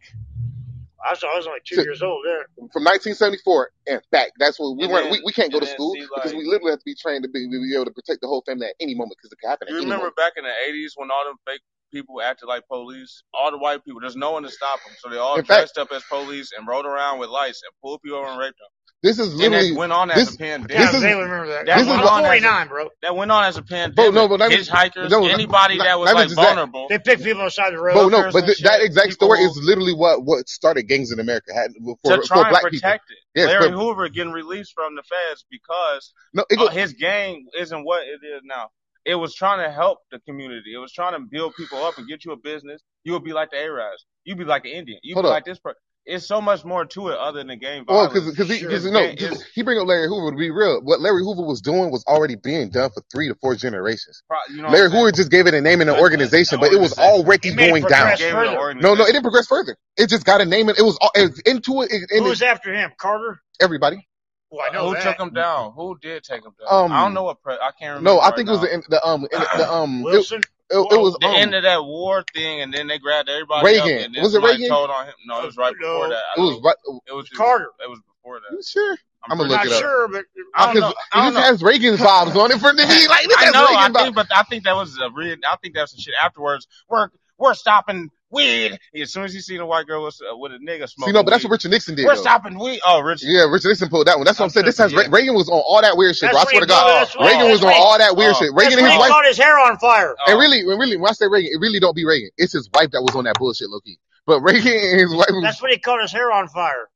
Speaker 2: I was, I was only two
Speaker 4: to
Speaker 2: years old there.
Speaker 4: from nineteen seventy four and back. That's what we
Speaker 5: And
Speaker 4: weren't.
Speaker 5: then
Speaker 4: We, we can't go
Speaker 5: and
Speaker 4: to
Speaker 5: then
Speaker 4: school
Speaker 5: see
Speaker 4: because
Speaker 5: like
Speaker 4: we literally have to be trained to be, be able to protect the whole family at any moment because it can happen at
Speaker 5: you
Speaker 4: any
Speaker 5: remember
Speaker 4: moment.
Speaker 5: back in the eighties when all them fake people acted like police, all the white people, there's no one to stop them, so they all
Speaker 4: In fact,
Speaker 5: dressed up as police and rode around with lights and pulled people over and raped
Speaker 4: this is
Speaker 5: them. And that
Speaker 4: literally
Speaker 5: went on as
Speaker 2: Yeah,
Speaker 5: a
Speaker 4: this this
Speaker 2: I
Speaker 5: pandemic.
Speaker 4: is
Speaker 2: vaguely remember that.
Speaker 5: That
Speaker 4: this
Speaker 2: I'm,
Speaker 4: is
Speaker 5: went
Speaker 2: I'm
Speaker 4: what
Speaker 5: on as a
Speaker 2: 49, bro.
Speaker 5: that went on as a
Speaker 4: bro no
Speaker 5: pandemic.
Speaker 4: but not even
Speaker 5: Hitchhikers,
Speaker 4: no not,
Speaker 5: anybody
Speaker 4: not
Speaker 5: that was
Speaker 4: not even
Speaker 5: like
Speaker 4: just that.
Speaker 5: vulnerable,
Speaker 2: They pick people on the side of the
Speaker 4: Bro,
Speaker 2: road.
Speaker 4: no,
Speaker 5: hookers
Speaker 4: but
Speaker 5: and
Speaker 4: th- that
Speaker 5: shit,
Speaker 4: exact
Speaker 5: people
Speaker 4: story
Speaker 5: who
Speaker 4: is literally what what started gangs in America had
Speaker 5: to
Speaker 4: for for
Speaker 5: try and
Speaker 4: black people.
Speaker 5: protect it.
Speaker 4: Yes,
Speaker 5: Larry
Speaker 4: but
Speaker 5: Hoover getting released from the feds because
Speaker 4: no, it
Speaker 5: uh,
Speaker 4: go.
Speaker 5: his gang isn't what it is now. It was trying to help the community. It was trying to build people up and get you a business. You would be like the Arabs. You'd be like the Indian. You'd
Speaker 4: Hold
Speaker 5: be
Speaker 4: up. Oh,
Speaker 5: like this person. It's so much more to it other than gang
Speaker 4: Well, because
Speaker 5: violence.
Speaker 4: because he
Speaker 2: Sure.
Speaker 4: because
Speaker 5: It's
Speaker 4: no
Speaker 5: gang.
Speaker 4: 'cause
Speaker 5: It's
Speaker 4: he bring up Larry Hoover to be real. What Larry Hoover was doing was already being done for three to four generations.
Speaker 5: pro- you know what I'm
Speaker 4: Larry
Speaker 5: saying.
Speaker 4: Hoover just gave it a name and an
Speaker 5: But uh,
Speaker 4: organization,
Speaker 5: an
Speaker 4: but it was
Speaker 5: organization.
Speaker 2: He
Speaker 4: already
Speaker 2: made it
Speaker 4: going
Speaker 5: He
Speaker 4: down.
Speaker 2: progress
Speaker 5: gave it
Speaker 2: further.
Speaker 5: an
Speaker 4: No, no, it
Speaker 5: organization.
Speaker 4: didn't progress further. It just got a name and it was all, it, into it. It
Speaker 2: Who
Speaker 4: ended.
Speaker 2: was after him? Carter?
Speaker 4: Everybody.
Speaker 2: Well, I
Speaker 5: Uh,
Speaker 2: know
Speaker 4: Oh,
Speaker 5: who took
Speaker 2: that.
Speaker 5: him down? Who did take him down? I don't
Speaker 4: Um,
Speaker 5: know what. Pre- I can't
Speaker 4: no,
Speaker 5: remember
Speaker 4: I
Speaker 5: right
Speaker 4: think it was
Speaker 5: now.
Speaker 4: the the um in, the um it,
Speaker 2: Wilson?
Speaker 4: it it
Speaker 2: Whoa.
Speaker 4: was
Speaker 5: the end
Speaker 4: um
Speaker 5: of that war thing, and then they grabbed everybody up,
Speaker 4: Reagan.
Speaker 5: and then
Speaker 4: Was it
Speaker 5: somebody
Speaker 4: Reagan?
Speaker 5: told on him. No, it
Speaker 2: Uh,
Speaker 5: was right before
Speaker 2: no.
Speaker 5: that. I
Speaker 4: It
Speaker 5: don't
Speaker 4: was
Speaker 5: know.
Speaker 4: right.
Speaker 5: It was
Speaker 2: It's
Speaker 5: it was
Speaker 2: Carter.
Speaker 5: it was before that.
Speaker 4: You sure?
Speaker 5: I'm
Speaker 4: I'm gonna
Speaker 2: I'm
Speaker 5: pretty
Speaker 4: look
Speaker 2: not
Speaker 4: it
Speaker 5: sure.
Speaker 4: up.
Speaker 2: sure, but
Speaker 5: I
Speaker 4: I
Speaker 5: don't
Speaker 4: because
Speaker 5: know.
Speaker 4: it
Speaker 5: I don't
Speaker 4: just
Speaker 5: know.
Speaker 4: has Reagan's vibes on it for it to be like this
Speaker 5: I
Speaker 4: has
Speaker 5: know. I
Speaker 4: Reagan vibes.
Speaker 5: think, but I think that was a real. I think that was some shit afterwards. We're we're stopping. weed. As soon as you see the white girl with, uh, with a nigga
Speaker 4: See,
Speaker 5: smoking,
Speaker 4: no, but that's
Speaker 5: weed,
Speaker 4: what Richard Nixon did.
Speaker 5: we're
Speaker 4: though.
Speaker 5: stopping weed. Oh, Richard,
Speaker 4: Yeah, Richard Nixon pulled that one. That's
Speaker 5: I'm
Speaker 4: what I'm saying. This has
Speaker 5: tripping.
Speaker 4: Re- Reagan was on all that weird
Speaker 2: That's
Speaker 4: shit, bro. I swear
Speaker 2: when
Speaker 4: to
Speaker 2: he
Speaker 4: God,
Speaker 2: blew.
Speaker 5: Oh,
Speaker 2: That's when.
Speaker 4: Reagan
Speaker 5: oh,
Speaker 4: was
Speaker 2: That's
Speaker 4: on
Speaker 2: when. He,
Speaker 4: all that weird
Speaker 5: oh.
Speaker 4: shit. Reagan
Speaker 2: that's
Speaker 4: and
Speaker 2: when
Speaker 4: his
Speaker 2: he
Speaker 5: Oh.
Speaker 4: wife.
Speaker 2: caught his hair on fire.
Speaker 5: Yeah.
Speaker 4: And
Speaker 5: Oh,
Speaker 4: really, when really, when I say Reagan, it really don't be Reagan. It's his wife that was on that bullshit, low key. But Reagan and his wife was,
Speaker 2: That's when he caught his hair on fire.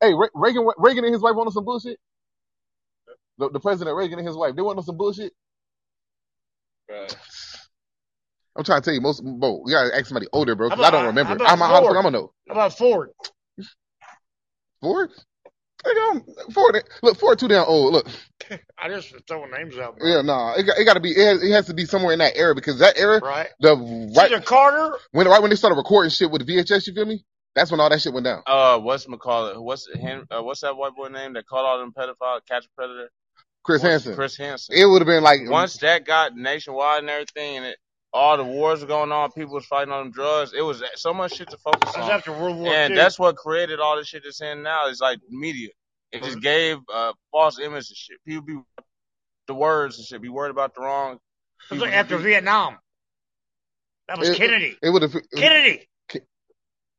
Speaker 4: hey, Re- Reagan, Reagan and his wife went on some bullshit. The, the president, Reagan and his wife, they went on some bullshit.
Speaker 3: Bro.
Speaker 4: I'm trying to tell you, most, bro, you gotta ask somebody older, bro,
Speaker 2: How
Speaker 4: because I
Speaker 2: about
Speaker 4: don't
Speaker 2: how
Speaker 4: remember.
Speaker 2: about
Speaker 4: I'm how the fuck
Speaker 2: Ford?
Speaker 4: I'm gonna know?
Speaker 2: How about Ford?
Speaker 4: Ford, nigga, I'm, Ford, look, Ford too damn old. Look,
Speaker 2: I just was throwing names out, bro.
Speaker 4: yeah, nah, it got, it got to be, it has, it has to be somewhere in that era because that era,
Speaker 2: Right?
Speaker 4: the
Speaker 2: It's
Speaker 4: right
Speaker 2: either Carter.
Speaker 4: when right when they started recording shit with VHS, you feel me? That's when all that shit went down.
Speaker 5: uh, what's McCall? What's him? Uh, what's that white boy name that caught all them pedophile catch a predator?
Speaker 4: Chris
Speaker 5: Once
Speaker 4: Hansen.
Speaker 5: Chris Hansen.
Speaker 4: It would have been like,
Speaker 5: Once that got nationwide and everything, and it, all the wars were going on, people was fighting on them drugs. It was so much shit to focus
Speaker 2: That
Speaker 4: Oh.
Speaker 2: was
Speaker 5: on,
Speaker 2: after World War
Speaker 5: and
Speaker 2: II.
Speaker 5: that's what created all the shit that's in now. It's like media. It
Speaker 2: Mm-hmm.
Speaker 5: just gave uh, false images and shit. People be the words and shit. Be worried about the
Speaker 2: It
Speaker 5: wrong.
Speaker 2: was
Speaker 5: People
Speaker 2: like after
Speaker 5: be-
Speaker 2: Vietnam. That was
Speaker 4: it, it,
Speaker 2: Kennedy.
Speaker 4: it would have, it,
Speaker 2: Kennedy.
Speaker 4: Ki-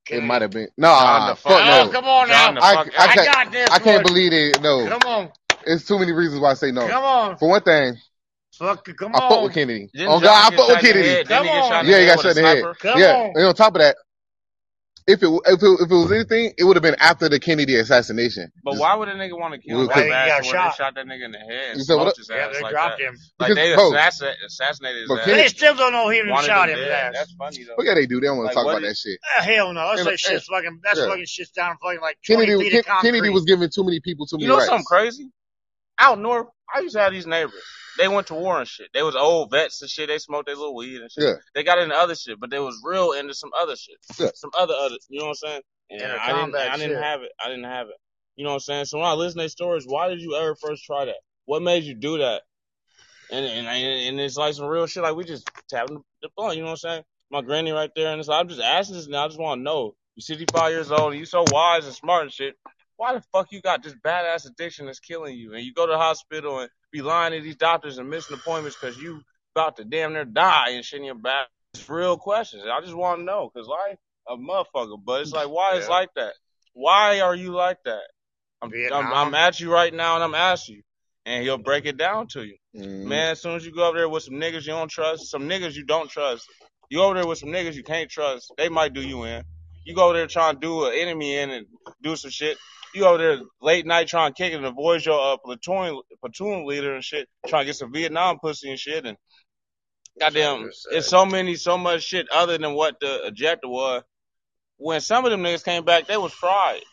Speaker 2: Kennedy.
Speaker 4: might have been.
Speaker 5: John
Speaker 4: Nah,
Speaker 5: the fuck
Speaker 4: fuck
Speaker 2: Oh,
Speaker 5: Ellis.
Speaker 4: no.
Speaker 2: come on
Speaker 5: John
Speaker 2: now.
Speaker 5: the
Speaker 4: I,
Speaker 5: fuck
Speaker 4: I
Speaker 5: Ellis.
Speaker 2: I
Speaker 4: can't,
Speaker 2: got this
Speaker 4: I can't
Speaker 2: one.
Speaker 4: believe it. No,
Speaker 2: Come on.
Speaker 4: it's too many reasons why I say no.
Speaker 2: Come on.
Speaker 4: For one thing,
Speaker 2: Fuck. Come
Speaker 4: I fuck with
Speaker 2: on.
Speaker 4: Kennedy.
Speaker 5: Didn't
Speaker 4: Oh
Speaker 5: John
Speaker 4: God, I
Speaker 5: get
Speaker 4: fuck
Speaker 5: shot
Speaker 4: with
Speaker 5: in the
Speaker 4: Kennedy.
Speaker 5: head? Didn't he
Speaker 2: Come
Speaker 5: get shot
Speaker 2: on.
Speaker 5: in the
Speaker 4: Yeah, he
Speaker 5: head with a
Speaker 4: got shot in the head.
Speaker 5: sniper?
Speaker 2: Come
Speaker 4: Yeah,
Speaker 2: on.
Speaker 4: and on top of that, if it if it, if it was anything, it would have been after the Kennedy assassination.
Speaker 5: But
Speaker 4: Just
Speaker 5: why would a nigga want to kill
Speaker 4: we
Speaker 5: his
Speaker 2: Why
Speaker 4: could,
Speaker 2: he got
Speaker 5: ass the way they
Speaker 2: shot?
Speaker 5: shot that nigga in the head and
Speaker 4: you said what? up?
Speaker 5: smoked his
Speaker 2: Yeah,
Speaker 5: ass
Speaker 2: they
Speaker 5: like
Speaker 2: dropped
Speaker 5: that?
Speaker 2: him.
Speaker 5: Like
Speaker 4: Because
Speaker 5: they
Speaker 4: bro,
Speaker 5: assassinated, assassinated his
Speaker 4: bro,
Speaker 5: ass.
Speaker 2: They
Speaker 4: Kennedy.
Speaker 2: still don't know him who
Speaker 5: Wanted him
Speaker 2: shot him.
Speaker 5: dead. That's
Speaker 2: That's
Speaker 5: funny though.
Speaker 4: Oh yeah, they do. They don't want
Speaker 5: Like
Speaker 4: to talk
Speaker 5: what
Speaker 4: about
Speaker 5: is?
Speaker 4: that shit.
Speaker 2: ah, hell no. That's
Speaker 4: And,
Speaker 2: that
Speaker 4: and,
Speaker 2: shit's fucking. That's
Speaker 4: yeah.
Speaker 2: fucking shit's down fucking like twenty
Speaker 4: Kennedy,
Speaker 2: feet of
Speaker 4: Ken- Kennedy
Speaker 2: concrete.
Speaker 4: was giving too many people too
Speaker 5: You
Speaker 4: many
Speaker 5: know something
Speaker 4: rights.
Speaker 5: crazy? Out north, I used to have these neighbors. They went to war and shit. They was old vets and shit. They smoked their little weed and shit.
Speaker 4: Yeah,
Speaker 5: They got into other shit, but they was real into some other shit.
Speaker 4: yeah.
Speaker 5: Some other other. You know what I'm saying? And
Speaker 2: Inner
Speaker 5: I didn't.
Speaker 2: combat
Speaker 5: I didn't
Speaker 2: shit.
Speaker 5: have it. I didn't have it. You know what I'm saying? So when I listen to their stories, why did you ever first try that? What made you do that? And and and it's like some real shit. Like we just tapping the blunt. You know what I'm saying? My granny right there, and it's like, I'm just asking this now. I just want to know. You 65 years old, and you so wise and smart and shit. Why the fuck you got this badass addiction that's killing you? And you go to the hospital and be lying to these doctors and missing appointments because you about to damn near die and shit in your back. It's real questions. And I just want to know because life a motherfucker. But it's like, why is
Speaker 2: Yeah.
Speaker 5: like that? Why are you like that? I'm I'm, I'm
Speaker 2: Vietnam.
Speaker 5: at you right now, and I'm asking you, and he'll break it down to you.
Speaker 4: hmm
Speaker 5: Man, as soon as you go over there with some niggas you don't trust, some niggas you don't trust, you over there with some niggas you can't trust, they might do you in. You go over there trying to do an enemy in and do some shit. You over there late night trying to kick it and avoid your uh, platoon platoon leader and shit, trying to get some Vietnam pussy and shit. And goddamn,
Speaker 2: Fuckers.
Speaker 5: it's
Speaker 2: Uh,
Speaker 5: so many, so much shit other than what the objective was. When some of them niggas came back, they was fried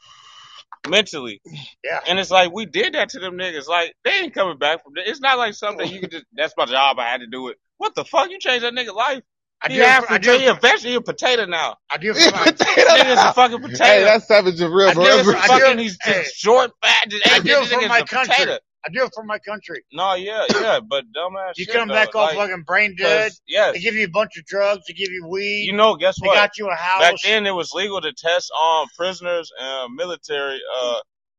Speaker 5: mentally.
Speaker 2: yeah.
Speaker 5: And it's like we did that to them niggas. Like they ain't coming back from that. It's not like something
Speaker 2: Oh.
Speaker 5: you can just. That's my job. I had to do it. What the fuck? You changed that nigga life.
Speaker 2: I
Speaker 5: He
Speaker 2: do it.
Speaker 5: half
Speaker 2: For, I
Speaker 5: and
Speaker 2: do it.
Speaker 5: he
Speaker 2: For,
Speaker 5: eventually a potato now.
Speaker 2: I do it for
Speaker 4: Yeah,
Speaker 2: my.
Speaker 4: potato
Speaker 5: Nigga's a
Speaker 4: now.
Speaker 5: fucking
Speaker 4: Hey,
Speaker 5: potato.
Speaker 4: that's savage and real,
Speaker 5: A
Speaker 4: bro.
Speaker 5: nigga's
Speaker 4: That's
Speaker 2: I
Speaker 5: a
Speaker 2: do. I do
Speaker 4: real.
Speaker 5: fucking.
Speaker 2: it.
Speaker 5: He's
Speaker 2: Hey,
Speaker 5: just short, fat. Just
Speaker 2: I
Speaker 5: ate that
Speaker 2: do it for
Speaker 5: nigga's
Speaker 2: my
Speaker 5: a
Speaker 2: country.
Speaker 5: potato.
Speaker 2: I do it for my country.
Speaker 5: No, yeah, yeah, but dumbass
Speaker 2: You
Speaker 5: shit
Speaker 2: come
Speaker 5: though.
Speaker 2: back all
Speaker 5: Like,
Speaker 2: fucking brain dead.
Speaker 5: cause yes,
Speaker 2: They give you a bunch of drugs. They give you
Speaker 5: you
Speaker 2: weed.
Speaker 5: know, guess
Speaker 2: They
Speaker 5: what?
Speaker 2: got you a
Speaker 5: Back
Speaker 2: house.
Speaker 5: then it was legal to test on prisoners and military. Uh,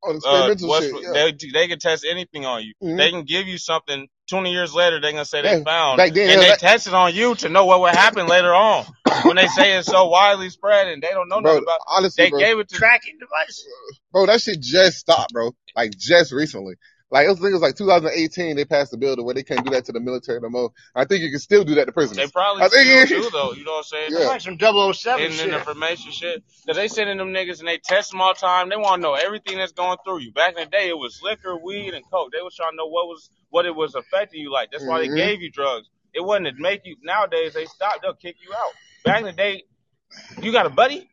Speaker 4: On
Speaker 5: uh,
Speaker 4: experimental
Speaker 5: what's
Speaker 4: shit, yeah.
Speaker 5: they they can test anything on you.
Speaker 4: hmm
Speaker 5: They can give you something. Twenty years later, they're gonna say they
Speaker 4: That,
Speaker 5: found,
Speaker 4: back then,
Speaker 5: and
Speaker 4: yeah,
Speaker 5: they
Speaker 4: that,
Speaker 5: tested on you to know what would happen later on. When they say it's so widely spread and they don't know nothing
Speaker 4: bro.
Speaker 5: about,
Speaker 4: Honestly,
Speaker 5: they
Speaker 4: bro,
Speaker 5: gave it to.
Speaker 2: Tracking device.
Speaker 4: bro, that shit just stopped, bro. Like just recently. Like it was, I think it was like 2018. They passed a bill to where they can't do that to the military no more. I think you can still do that to
Speaker 5: They
Speaker 4: prisoners.
Speaker 5: probably
Speaker 4: I
Speaker 5: still
Speaker 4: think, you,
Speaker 5: do though. You know what I'm saying?
Speaker 2: That's
Speaker 4: yeah.
Speaker 2: like some 007
Speaker 5: Hidden in
Speaker 2: shit.
Speaker 5: information shit. Cause they sending them niggas and they test them all the time. They want to know everything that's going through you. Back in the day, it was liquor, weed, and coke. They was trying to know what was what it was affecting you like. That's why
Speaker 2: Mm-hmm.
Speaker 5: they
Speaker 4: hmm
Speaker 5: gave you drugs. It wasn't to make you. Nowadays, they stop. They'll kick you out. Back in the day, You got a buddy?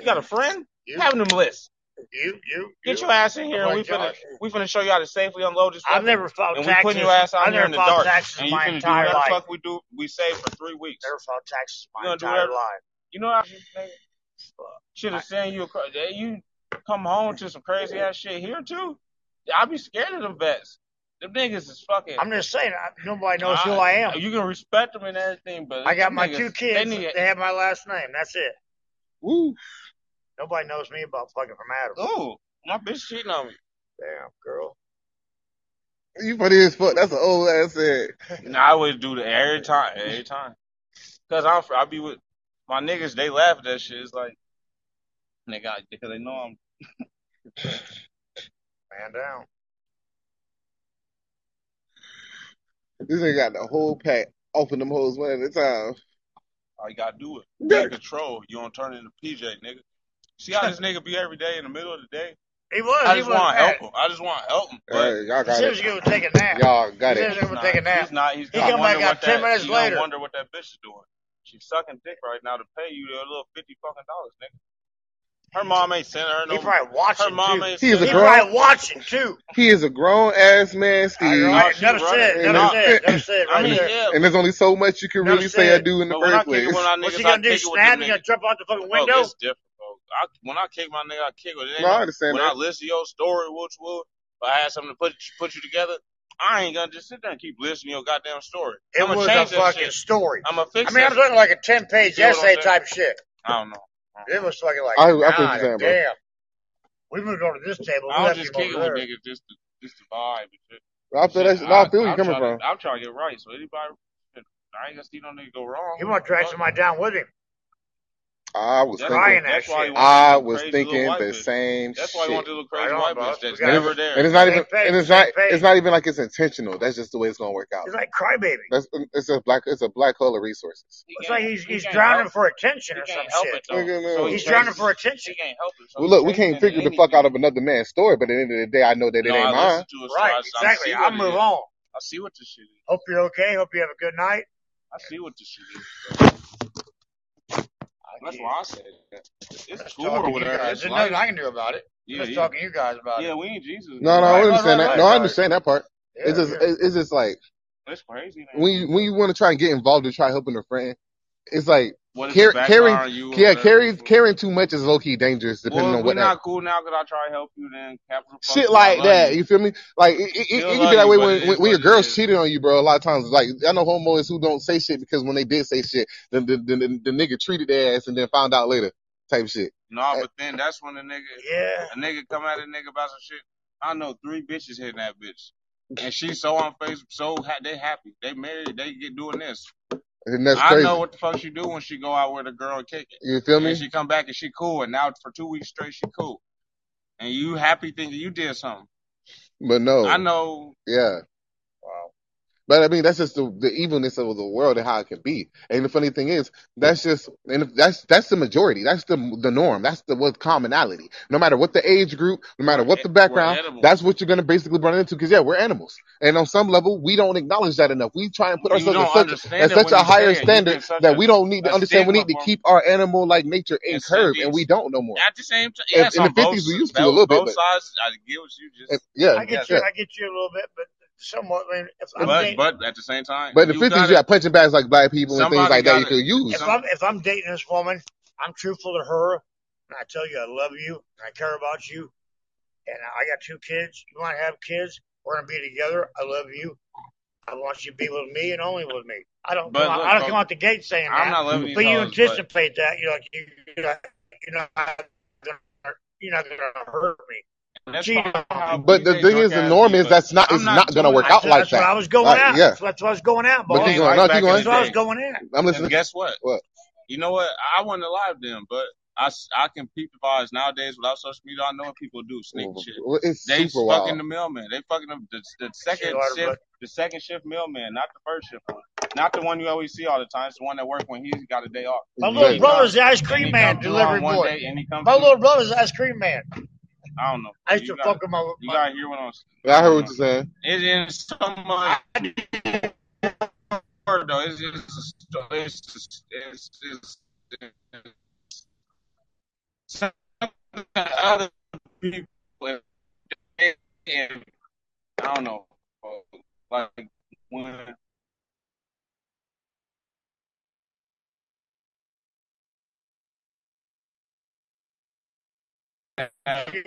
Speaker 5: You got a friend?
Speaker 2: You,
Speaker 5: Have them list.
Speaker 2: you, you,
Speaker 5: Get
Speaker 2: you.
Speaker 5: your ass in
Speaker 2: I'm
Speaker 5: here and we
Speaker 2: like
Speaker 5: finna
Speaker 2: Josh.
Speaker 5: we finna show you how to safely unload this
Speaker 2: I've
Speaker 5: weapon.
Speaker 2: never filed
Speaker 5: And we putting your
Speaker 2: taxes.
Speaker 5: ass out
Speaker 2: I've
Speaker 5: here
Speaker 2: never
Speaker 5: in the
Speaker 2: filed
Speaker 5: dark.
Speaker 2: taxes
Speaker 5: And you
Speaker 2: my
Speaker 5: finna do
Speaker 2: entire
Speaker 5: whatever the
Speaker 2: life.
Speaker 5: fuck we do we save for three weeks.
Speaker 2: Never filed taxes
Speaker 5: You
Speaker 2: my
Speaker 5: gonna do
Speaker 2: entire
Speaker 5: whatever
Speaker 2: life.
Speaker 5: you know how you nigga,
Speaker 2: Fuck.
Speaker 5: should
Speaker 2: Mm-hmm. I,
Speaker 5: have sent you across Hey, you come home to some crazy ass shit here too. I be scared of them vets. Them niggas is fucking
Speaker 2: I'm just saying, I, nobody knows who I
Speaker 5: I,
Speaker 2: am.
Speaker 5: you can respect them and everything, but
Speaker 2: I got
Speaker 5: them
Speaker 2: my two
Speaker 5: niggas they
Speaker 2: kids.
Speaker 5: need
Speaker 2: They have my last name. That's it.
Speaker 4: Woo.
Speaker 2: Nobody knows me about fucking from Adam.
Speaker 5: ooh, my bitch cheating on me.
Speaker 2: Damn, girl.
Speaker 4: You funny as fuck. That's an old ass said.
Speaker 5: No, I would do that every time, every time. Cause I'm, I be with. my niggas, they laugh at that shit. It's like, nigga, I- because they know I'm.
Speaker 2: Man down.
Speaker 4: This nigga got the whole pack off in them hoes one at a time.
Speaker 5: I gotta do it. Be in control. You don't turn into PJ, nigga. See how this nigga be every day in the middle of the day.
Speaker 2: He was.
Speaker 5: I
Speaker 2: he
Speaker 5: just
Speaker 2: was
Speaker 5: want to
Speaker 2: mad.
Speaker 5: help him. I just want to help him. But
Speaker 4: Hey, y'all
Speaker 2: He
Speaker 4: got
Speaker 2: said he was
Speaker 4: it.
Speaker 2: going to take a nap.
Speaker 4: Y'all got
Speaker 2: he said
Speaker 4: it.
Speaker 2: he was
Speaker 5: He's
Speaker 2: going to take a
Speaker 5: not-
Speaker 2: nap.
Speaker 5: He's not. He's
Speaker 2: He
Speaker 5: gonna
Speaker 2: come back
Speaker 5: wonder
Speaker 2: out
Speaker 5: what
Speaker 2: 10
Speaker 5: that.
Speaker 2: minutes
Speaker 5: he's gonna
Speaker 2: later.
Speaker 5: wonder what that bitch is doing. She's sucking dick right now to pay you that little fifty fucking dollars, nigga. Her mom ain't sending her
Speaker 2: He
Speaker 5: no.
Speaker 2: probably watching
Speaker 5: Her mom
Speaker 2: too.
Speaker 5: ain't.
Speaker 4: He was a
Speaker 2: He
Speaker 5: sending her-
Speaker 4: girl?
Speaker 2: probably watching too.
Speaker 4: He is a Oh, grown ass man, Steve.
Speaker 2: I,
Speaker 5: Nah,
Speaker 2: right,
Speaker 5: she
Speaker 2: never
Speaker 5: running.
Speaker 2: said, never
Speaker 5: Nah.
Speaker 2: said, never said
Speaker 5: I
Speaker 2: right
Speaker 5: mean,
Speaker 2: there.
Speaker 5: yeah.
Speaker 4: And there's only so much you can
Speaker 2: Never
Speaker 4: really say I
Speaker 2: said.
Speaker 4: do in the
Speaker 5: But when I
Speaker 4: first
Speaker 5: kick it
Speaker 4: place.
Speaker 5: with my
Speaker 2: What's
Speaker 5: niggas,
Speaker 2: he
Speaker 5: I
Speaker 2: gonna do?
Speaker 5: kick it with them
Speaker 2: Snap? He
Speaker 5: niggas.
Speaker 2: gonna jump out the fucking
Speaker 5: Bro,
Speaker 2: window?
Speaker 5: it's different, bro. I, when I kick my nigga, I kick with it.
Speaker 4: No,
Speaker 5: Ain't
Speaker 4: I
Speaker 5: no,
Speaker 4: understand
Speaker 5: when I
Speaker 4: that.
Speaker 5: listen to your story, which will, if I had something to put put you together, I ain't gonna just sit there and keep listening to your goddamn story.
Speaker 2: It
Speaker 5: I'm gonna
Speaker 2: was a
Speaker 5: change that
Speaker 2: fucking
Speaker 5: shit.
Speaker 2: story.
Speaker 5: I'm gonna
Speaker 2: I
Speaker 5: fix
Speaker 2: mean,
Speaker 5: that.
Speaker 2: I'm talking like a ten page
Speaker 5: You know what I'm
Speaker 2: essay
Speaker 5: saying?
Speaker 2: type shit.
Speaker 5: I don't know.
Speaker 2: It was fucking like,
Speaker 4: I, I feel what you're
Speaker 2: God
Speaker 4: saying, bro.
Speaker 2: damn. We moved on to this table. We
Speaker 5: I don't
Speaker 2: left him
Speaker 5: just kick it
Speaker 2: over
Speaker 5: with
Speaker 2: there.
Speaker 5: niggas just to, just to vibe and shit.
Speaker 4: I feel that.
Speaker 5: Shit,
Speaker 4: Shit. No, I
Speaker 5: I,
Speaker 4: feel where you're
Speaker 5: I'm
Speaker 4: coming
Speaker 5: trying to
Speaker 4: from.
Speaker 5: I'm trying to get right. So anybody, shit, I ain't gonna see no nigga go wrong.
Speaker 2: He want to drag
Speaker 5: Fuck.
Speaker 2: somebody down with him,
Speaker 4: I was
Speaker 5: That's,
Speaker 4: thinking.
Speaker 2: crying that
Speaker 5: that's why he
Speaker 2: shit.
Speaker 5: wanted this
Speaker 4: I
Speaker 5: little
Speaker 4: was
Speaker 5: crazy little
Speaker 4: thinking
Speaker 5: white
Speaker 4: the
Speaker 5: bitch.
Speaker 4: same
Speaker 5: That's why he
Speaker 4: shit.
Speaker 5: wanted this little
Speaker 2: Right
Speaker 5: crazy
Speaker 2: on,
Speaker 5: white
Speaker 2: bro.
Speaker 5: bitch that's
Speaker 2: We got
Speaker 4: And
Speaker 5: never
Speaker 4: it's,
Speaker 5: there.
Speaker 4: and it's not
Speaker 2: same
Speaker 4: even.
Speaker 2: page,
Speaker 4: And it's
Speaker 2: same
Speaker 4: not.
Speaker 2: page.
Speaker 4: It's not even like it's intentional. That's just the way it's gonna work out.
Speaker 2: He's like crybaby.
Speaker 4: That's. It's a black. It's a black hole of resources.
Speaker 5: He
Speaker 2: It's
Speaker 5: can't,
Speaker 2: like he's
Speaker 5: he
Speaker 2: he's
Speaker 5: can't
Speaker 2: drowning
Speaker 5: help
Speaker 2: for attention
Speaker 5: He
Speaker 2: or some
Speaker 5: can't help
Speaker 2: shit.
Speaker 5: it though.
Speaker 4: Look at
Speaker 5: So
Speaker 4: me.
Speaker 5: he
Speaker 2: He's drowning
Speaker 5: chases.
Speaker 2: for attention,
Speaker 5: He can't help it, so
Speaker 4: Well,
Speaker 5: he
Speaker 4: look, we
Speaker 5: chases
Speaker 4: can't
Speaker 5: into
Speaker 4: figure the fuck out
Speaker 5: anything.
Speaker 4: of another man's story, but at the end of the day, I know that
Speaker 5: No, I
Speaker 4: it ain't mine.
Speaker 5: listen to it, so
Speaker 2: right?
Speaker 5: I, I
Speaker 2: Exactly.
Speaker 5: see
Speaker 2: I
Speaker 5: what it
Speaker 2: move
Speaker 5: is.
Speaker 2: on.
Speaker 5: I see what the shit is.
Speaker 2: Hope you're okay. Hope you have a good night.
Speaker 5: I see what the shit is. Bro.
Speaker 2: I
Speaker 5: That's
Speaker 2: can't.
Speaker 5: why I said that. It's
Speaker 2: That's
Speaker 5: cool
Speaker 2: talking to
Speaker 5: with
Speaker 2: you
Speaker 5: her.
Speaker 2: guys.
Speaker 5: It's
Speaker 2: There's
Speaker 5: life.
Speaker 2: nothing I can do about it. I'm
Speaker 5: Yeah,
Speaker 2: just
Speaker 5: yeah.
Speaker 2: talking to you guys about it.
Speaker 5: Yeah, we ain't Jesus,
Speaker 4: No,
Speaker 5: nigga.
Speaker 4: no, I
Speaker 2: Right, right,
Speaker 4: understand
Speaker 2: right,
Speaker 4: that.
Speaker 2: right,
Speaker 4: No, I
Speaker 2: right.
Speaker 4: understand that part. It's
Speaker 2: Yeah,
Speaker 4: just.
Speaker 2: yeah.
Speaker 4: it- It's just like
Speaker 5: That's crazy, man.
Speaker 4: when you, when you want to try and get involved and try helping a friend, it's like
Speaker 5: What if it
Speaker 4: car- carrying.
Speaker 5: backfire on you or
Speaker 4: Yeah,
Speaker 5: whatever the
Speaker 4: carrying
Speaker 5: fuck?
Speaker 4: carrying too much is low key dangerous, depending
Speaker 5: Well, if
Speaker 4: on
Speaker 5: we
Speaker 4: what that
Speaker 5: not cool now because I try to help you, then capital fuck you.
Speaker 4: shit
Speaker 5: I
Speaker 4: like
Speaker 5: love
Speaker 4: that.
Speaker 5: you.
Speaker 4: You feel me? Like it, it,
Speaker 5: Still
Speaker 4: it can be
Speaker 5: love
Speaker 4: that
Speaker 5: you,
Speaker 4: way
Speaker 5: but
Speaker 4: when,
Speaker 5: it is
Speaker 4: when when your
Speaker 5: what it
Speaker 4: girls
Speaker 5: is.
Speaker 4: cheated on you, bro. A lot of times, like I know homos who don't say shit because when they did say shit, then the, the, the, the nigga treated their ass and then found out later, type shit.
Speaker 5: Nah,
Speaker 4: Eh,
Speaker 5: but then that's when the nigga
Speaker 2: Yeah.
Speaker 5: a nigga come at a nigga about some shit. I know three bitches hitting that bitch, and she's so on Facebook, so ha- they happy, they married, they get doing this.
Speaker 4: And that's
Speaker 5: I know
Speaker 4: crazy.
Speaker 5: what the fuck she do when she go out with a girl and kick it,
Speaker 4: You feel
Speaker 5: and then
Speaker 4: me?
Speaker 5: she come back and she cool, and now for two weeks straight she cool, and you happy thinking you did something.
Speaker 4: But
Speaker 5: I
Speaker 4: no,
Speaker 5: know
Speaker 4: yeah.
Speaker 2: Wow.
Speaker 4: But I mean, that's just the, the evilness of the world and how it can be. And the funny thing is, that's just and that's that's the majority. That's the the norm. That's the what commonality. No matter what the age group, no matter
Speaker 5: we're
Speaker 4: what
Speaker 5: a-
Speaker 4: the
Speaker 5: we're
Speaker 4: background,
Speaker 5: animals.
Speaker 4: that's what you're gonna basically run into. Because yeah, we're animals, and on some level, we don't acknowledge that enough. We try and put
Speaker 5: You
Speaker 4: ourselves in
Speaker 5: don't
Speaker 4: such at
Speaker 5: understand it
Speaker 4: such
Speaker 5: when
Speaker 4: a
Speaker 5: you say
Speaker 4: higher
Speaker 5: it. You
Speaker 4: standard
Speaker 5: get such
Speaker 4: that
Speaker 5: a,
Speaker 4: we don't need to
Speaker 5: a
Speaker 4: understand. We
Speaker 5: stigma
Speaker 4: need to
Speaker 5: from
Speaker 4: keep our animal like nature in
Speaker 5: and
Speaker 4: curve, and we
Speaker 5: seventies.
Speaker 4: don't no more.
Speaker 5: At the same time,
Speaker 4: If,
Speaker 5: yes,
Speaker 4: in the
Speaker 5: on both
Speaker 4: fifties, we
Speaker 5: s-
Speaker 4: used to a
Speaker 5: both
Speaker 4: little bit,
Speaker 5: both
Speaker 4: but
Speaker 5: sides. I get what you
Speaker 4: if,
Speaker 5: just
Speaker 4: yeah,
Speaker 2: I get
Speaker 5: yes,
Speaker 2: you.
Speaker 4: yeah.
Speaker 2: I get you a little bit, but somewhat. I mean, if
Speaker 4: If,
Speaker 2: I'm
Speaker 5: but
Speaker 2: dating,
Speaker 5: but at the same time,
Speaker 4: but in the
Speaker 5: you
Speaker 4: fifties,
Speaker 5: got
Speaker 4: you
Speaker 5: it.
Speaker 4: had punching bags like black people and things
Speaker 5: Somebody
Speaker 4: like that.
Speaker 5: got
Speaker 4: You
Speaker 5: it.
Speaker 4: could use.
Speaker 2: if
Speaker 5: Some
Speaker 2: I'm if I'm dating this woman, I'm truthful to her, and I tell you I love you, and I care about you, and I got two kids. You want to have kids? We're gonna be together. I love you. I want you to be with me and only with me. I don't come
Speaker 5: but
Speaker 2: out.
Speaker 5: look,
Speaker 2: I don't come
Speaker 5: bro,
Speaker 2: out the gate saying
Speaker 5: I'm
Speaker 2: that,
Speaker 5: not loving these
Speaker 2: but you
Speaker 5: hoes, but
Speaker 2: anticipate that. You're like you, you're not, you're not gonna you're not gonna hurt me.
Speaker 5: and that's
Speaker 2: Cheat
Speaker 5: probably
Speaker 2: on
Speaker 5: how
Speaker 2: me.
Speaker 4: But the
Speaker 5: PJ
Speaker 4: thing
Speaker 5: drunk
Speaker 4: is, the
Speaker 5: ass
Speaker 4: norm
Speaker 5: be.
Speaker 4: is
Speaker 5: But
Speaker 4: that's not
Speaker 5: I'm
Speaker 4: it's
Speaker 5: not
Speaker 4: not gonna
Speaker 5: doing
Speaker 4: work
Speaker 2: I
Speaker 5: that.
Speaker 4: out
Speaker 2: said
Speaker 4: like
Speaker 2: that's what
Speaker 4: that.
Speaker 2: I was going
Speaker 4: Like,
Speaker 2: at.
Speaker 4: yeah.
Speaker 2: That's what, that's what I was going at,
Speaker 4: But
Speaker 5: It
Speaker 4: keep
Speaker 2: boss.
Speaker 5: ain't like
Speaker 4: going. No, keep
Speaker 5: back in the
Speaker 4: going.
Speaker 2: That's what I was
Speaker 5: day.
Speaker 2: going at.
Speaker 4: I'm
Speaker 5: And
Speaker 4: listening.
Speaker 5: guess what?
Speaker 4: What?
Speaker 5: You know what? I wasn't alive then, but I, s- I can peep the vibes nowadays without social media. I know what people do, sneaky shit.
Speaker 4: Well, It's
Speaker 5: They fucking
Speaker 4: super wild.
Speaker 5: the mailman. They fucking the, the, the
Speaker 2: See you
Speaker 5: second
Speaker 2: later,
Speaker 5: shift,
Speaker 2: but
Speaker 5: the second shift mailman, not the first shift one, not the one you always see all the time. It's the one that work when he's got a day off,
Speaker 2: my
Speaker 5: and
Speaker 2: little
Speaker 5: he
Speaker 4: Exactly.
Speaker 5: come
Speaker 2: brother's the ice
Speaker 5: and
Speaker 2: cream
Speaker 5: he
Speaker 2: man,
Speaker 5: come through on
Speaker 2: delivery
Speaker 5: one
Speaker 2: boy.
Speaker 5: day, and he come
Speaker 2: My
Speaker 5: through.
Speaker 2: little brother's the ice cream man.
Speaker 5: I don't know.
Speaker 2: I used
Speaker 5: You
Speaker 2: to
Speaker 5: gotta
Speaker 2: fuck with my.
Speaker 5: you
Speaker 2: my
Speaker 5: gotta hear what I'm. s- I
Speaker 4: I heard
Speaker 5: don't
Speaker 4: what
Speaker 5: know.
Speaker 4: you're saying.
Speaker 5: It is so much
Speaker 2: I did
Speaker 5: more though. It's just a sto- it's just, it's just it's something that other people. and- and I don't know, like when
Speaker 2: you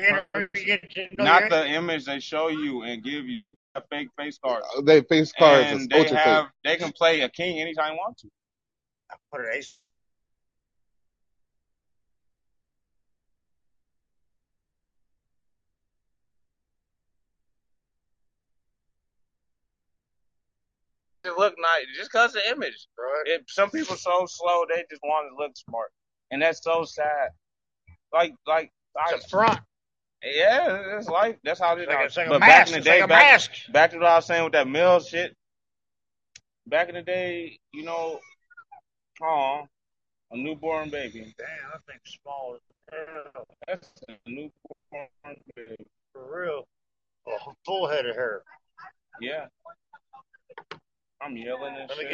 Speaker 2: get to know
Speaker 5: not
Speaker 2: your
Speaker 5: the image they show you and give you a fake face cards,
Speaker 4: Uh, They face cards
Speaker 5: and
Speaker 4: is
Speaker 5: they
Speaker 4: ultra fake.
Speaker 5: have they can play a king anytime they want to.
Speaker 2: what are they?
Speaker 5: to look nice just because the image.
Speaker 2: Right.
Speaker 5: It, some people so slow they just want to look smart, and that's so sad. Like like I,
Speaker 2: It's a front.
Speaker 5: yeah, it's life. That's how it
Speaker 2: It's like,
Speaker 5: is.
Speaker 2: it's like a
Speaker 5: but back
Speaker 2: mask.
Speaker 5: in the
Speaker 2: it's
Speaker 5: day,
Speaker 2: like a
Speaker 5: back
Speaker 2: mask.
Speaker 5: back to what I was saying with that male shit. Back in the day, you know, oh, a newborn baby.
Speaker 2: Damn, that thing's small as hell.
Speaker 5: That's a newborn baby.
Speaker 2: For real. A full head of hair.
Speaker 5: Yeah. I'm yelling
Speaker 2: Let
Speaker 5: and
Speaker 2: me
Speaker 5: shit.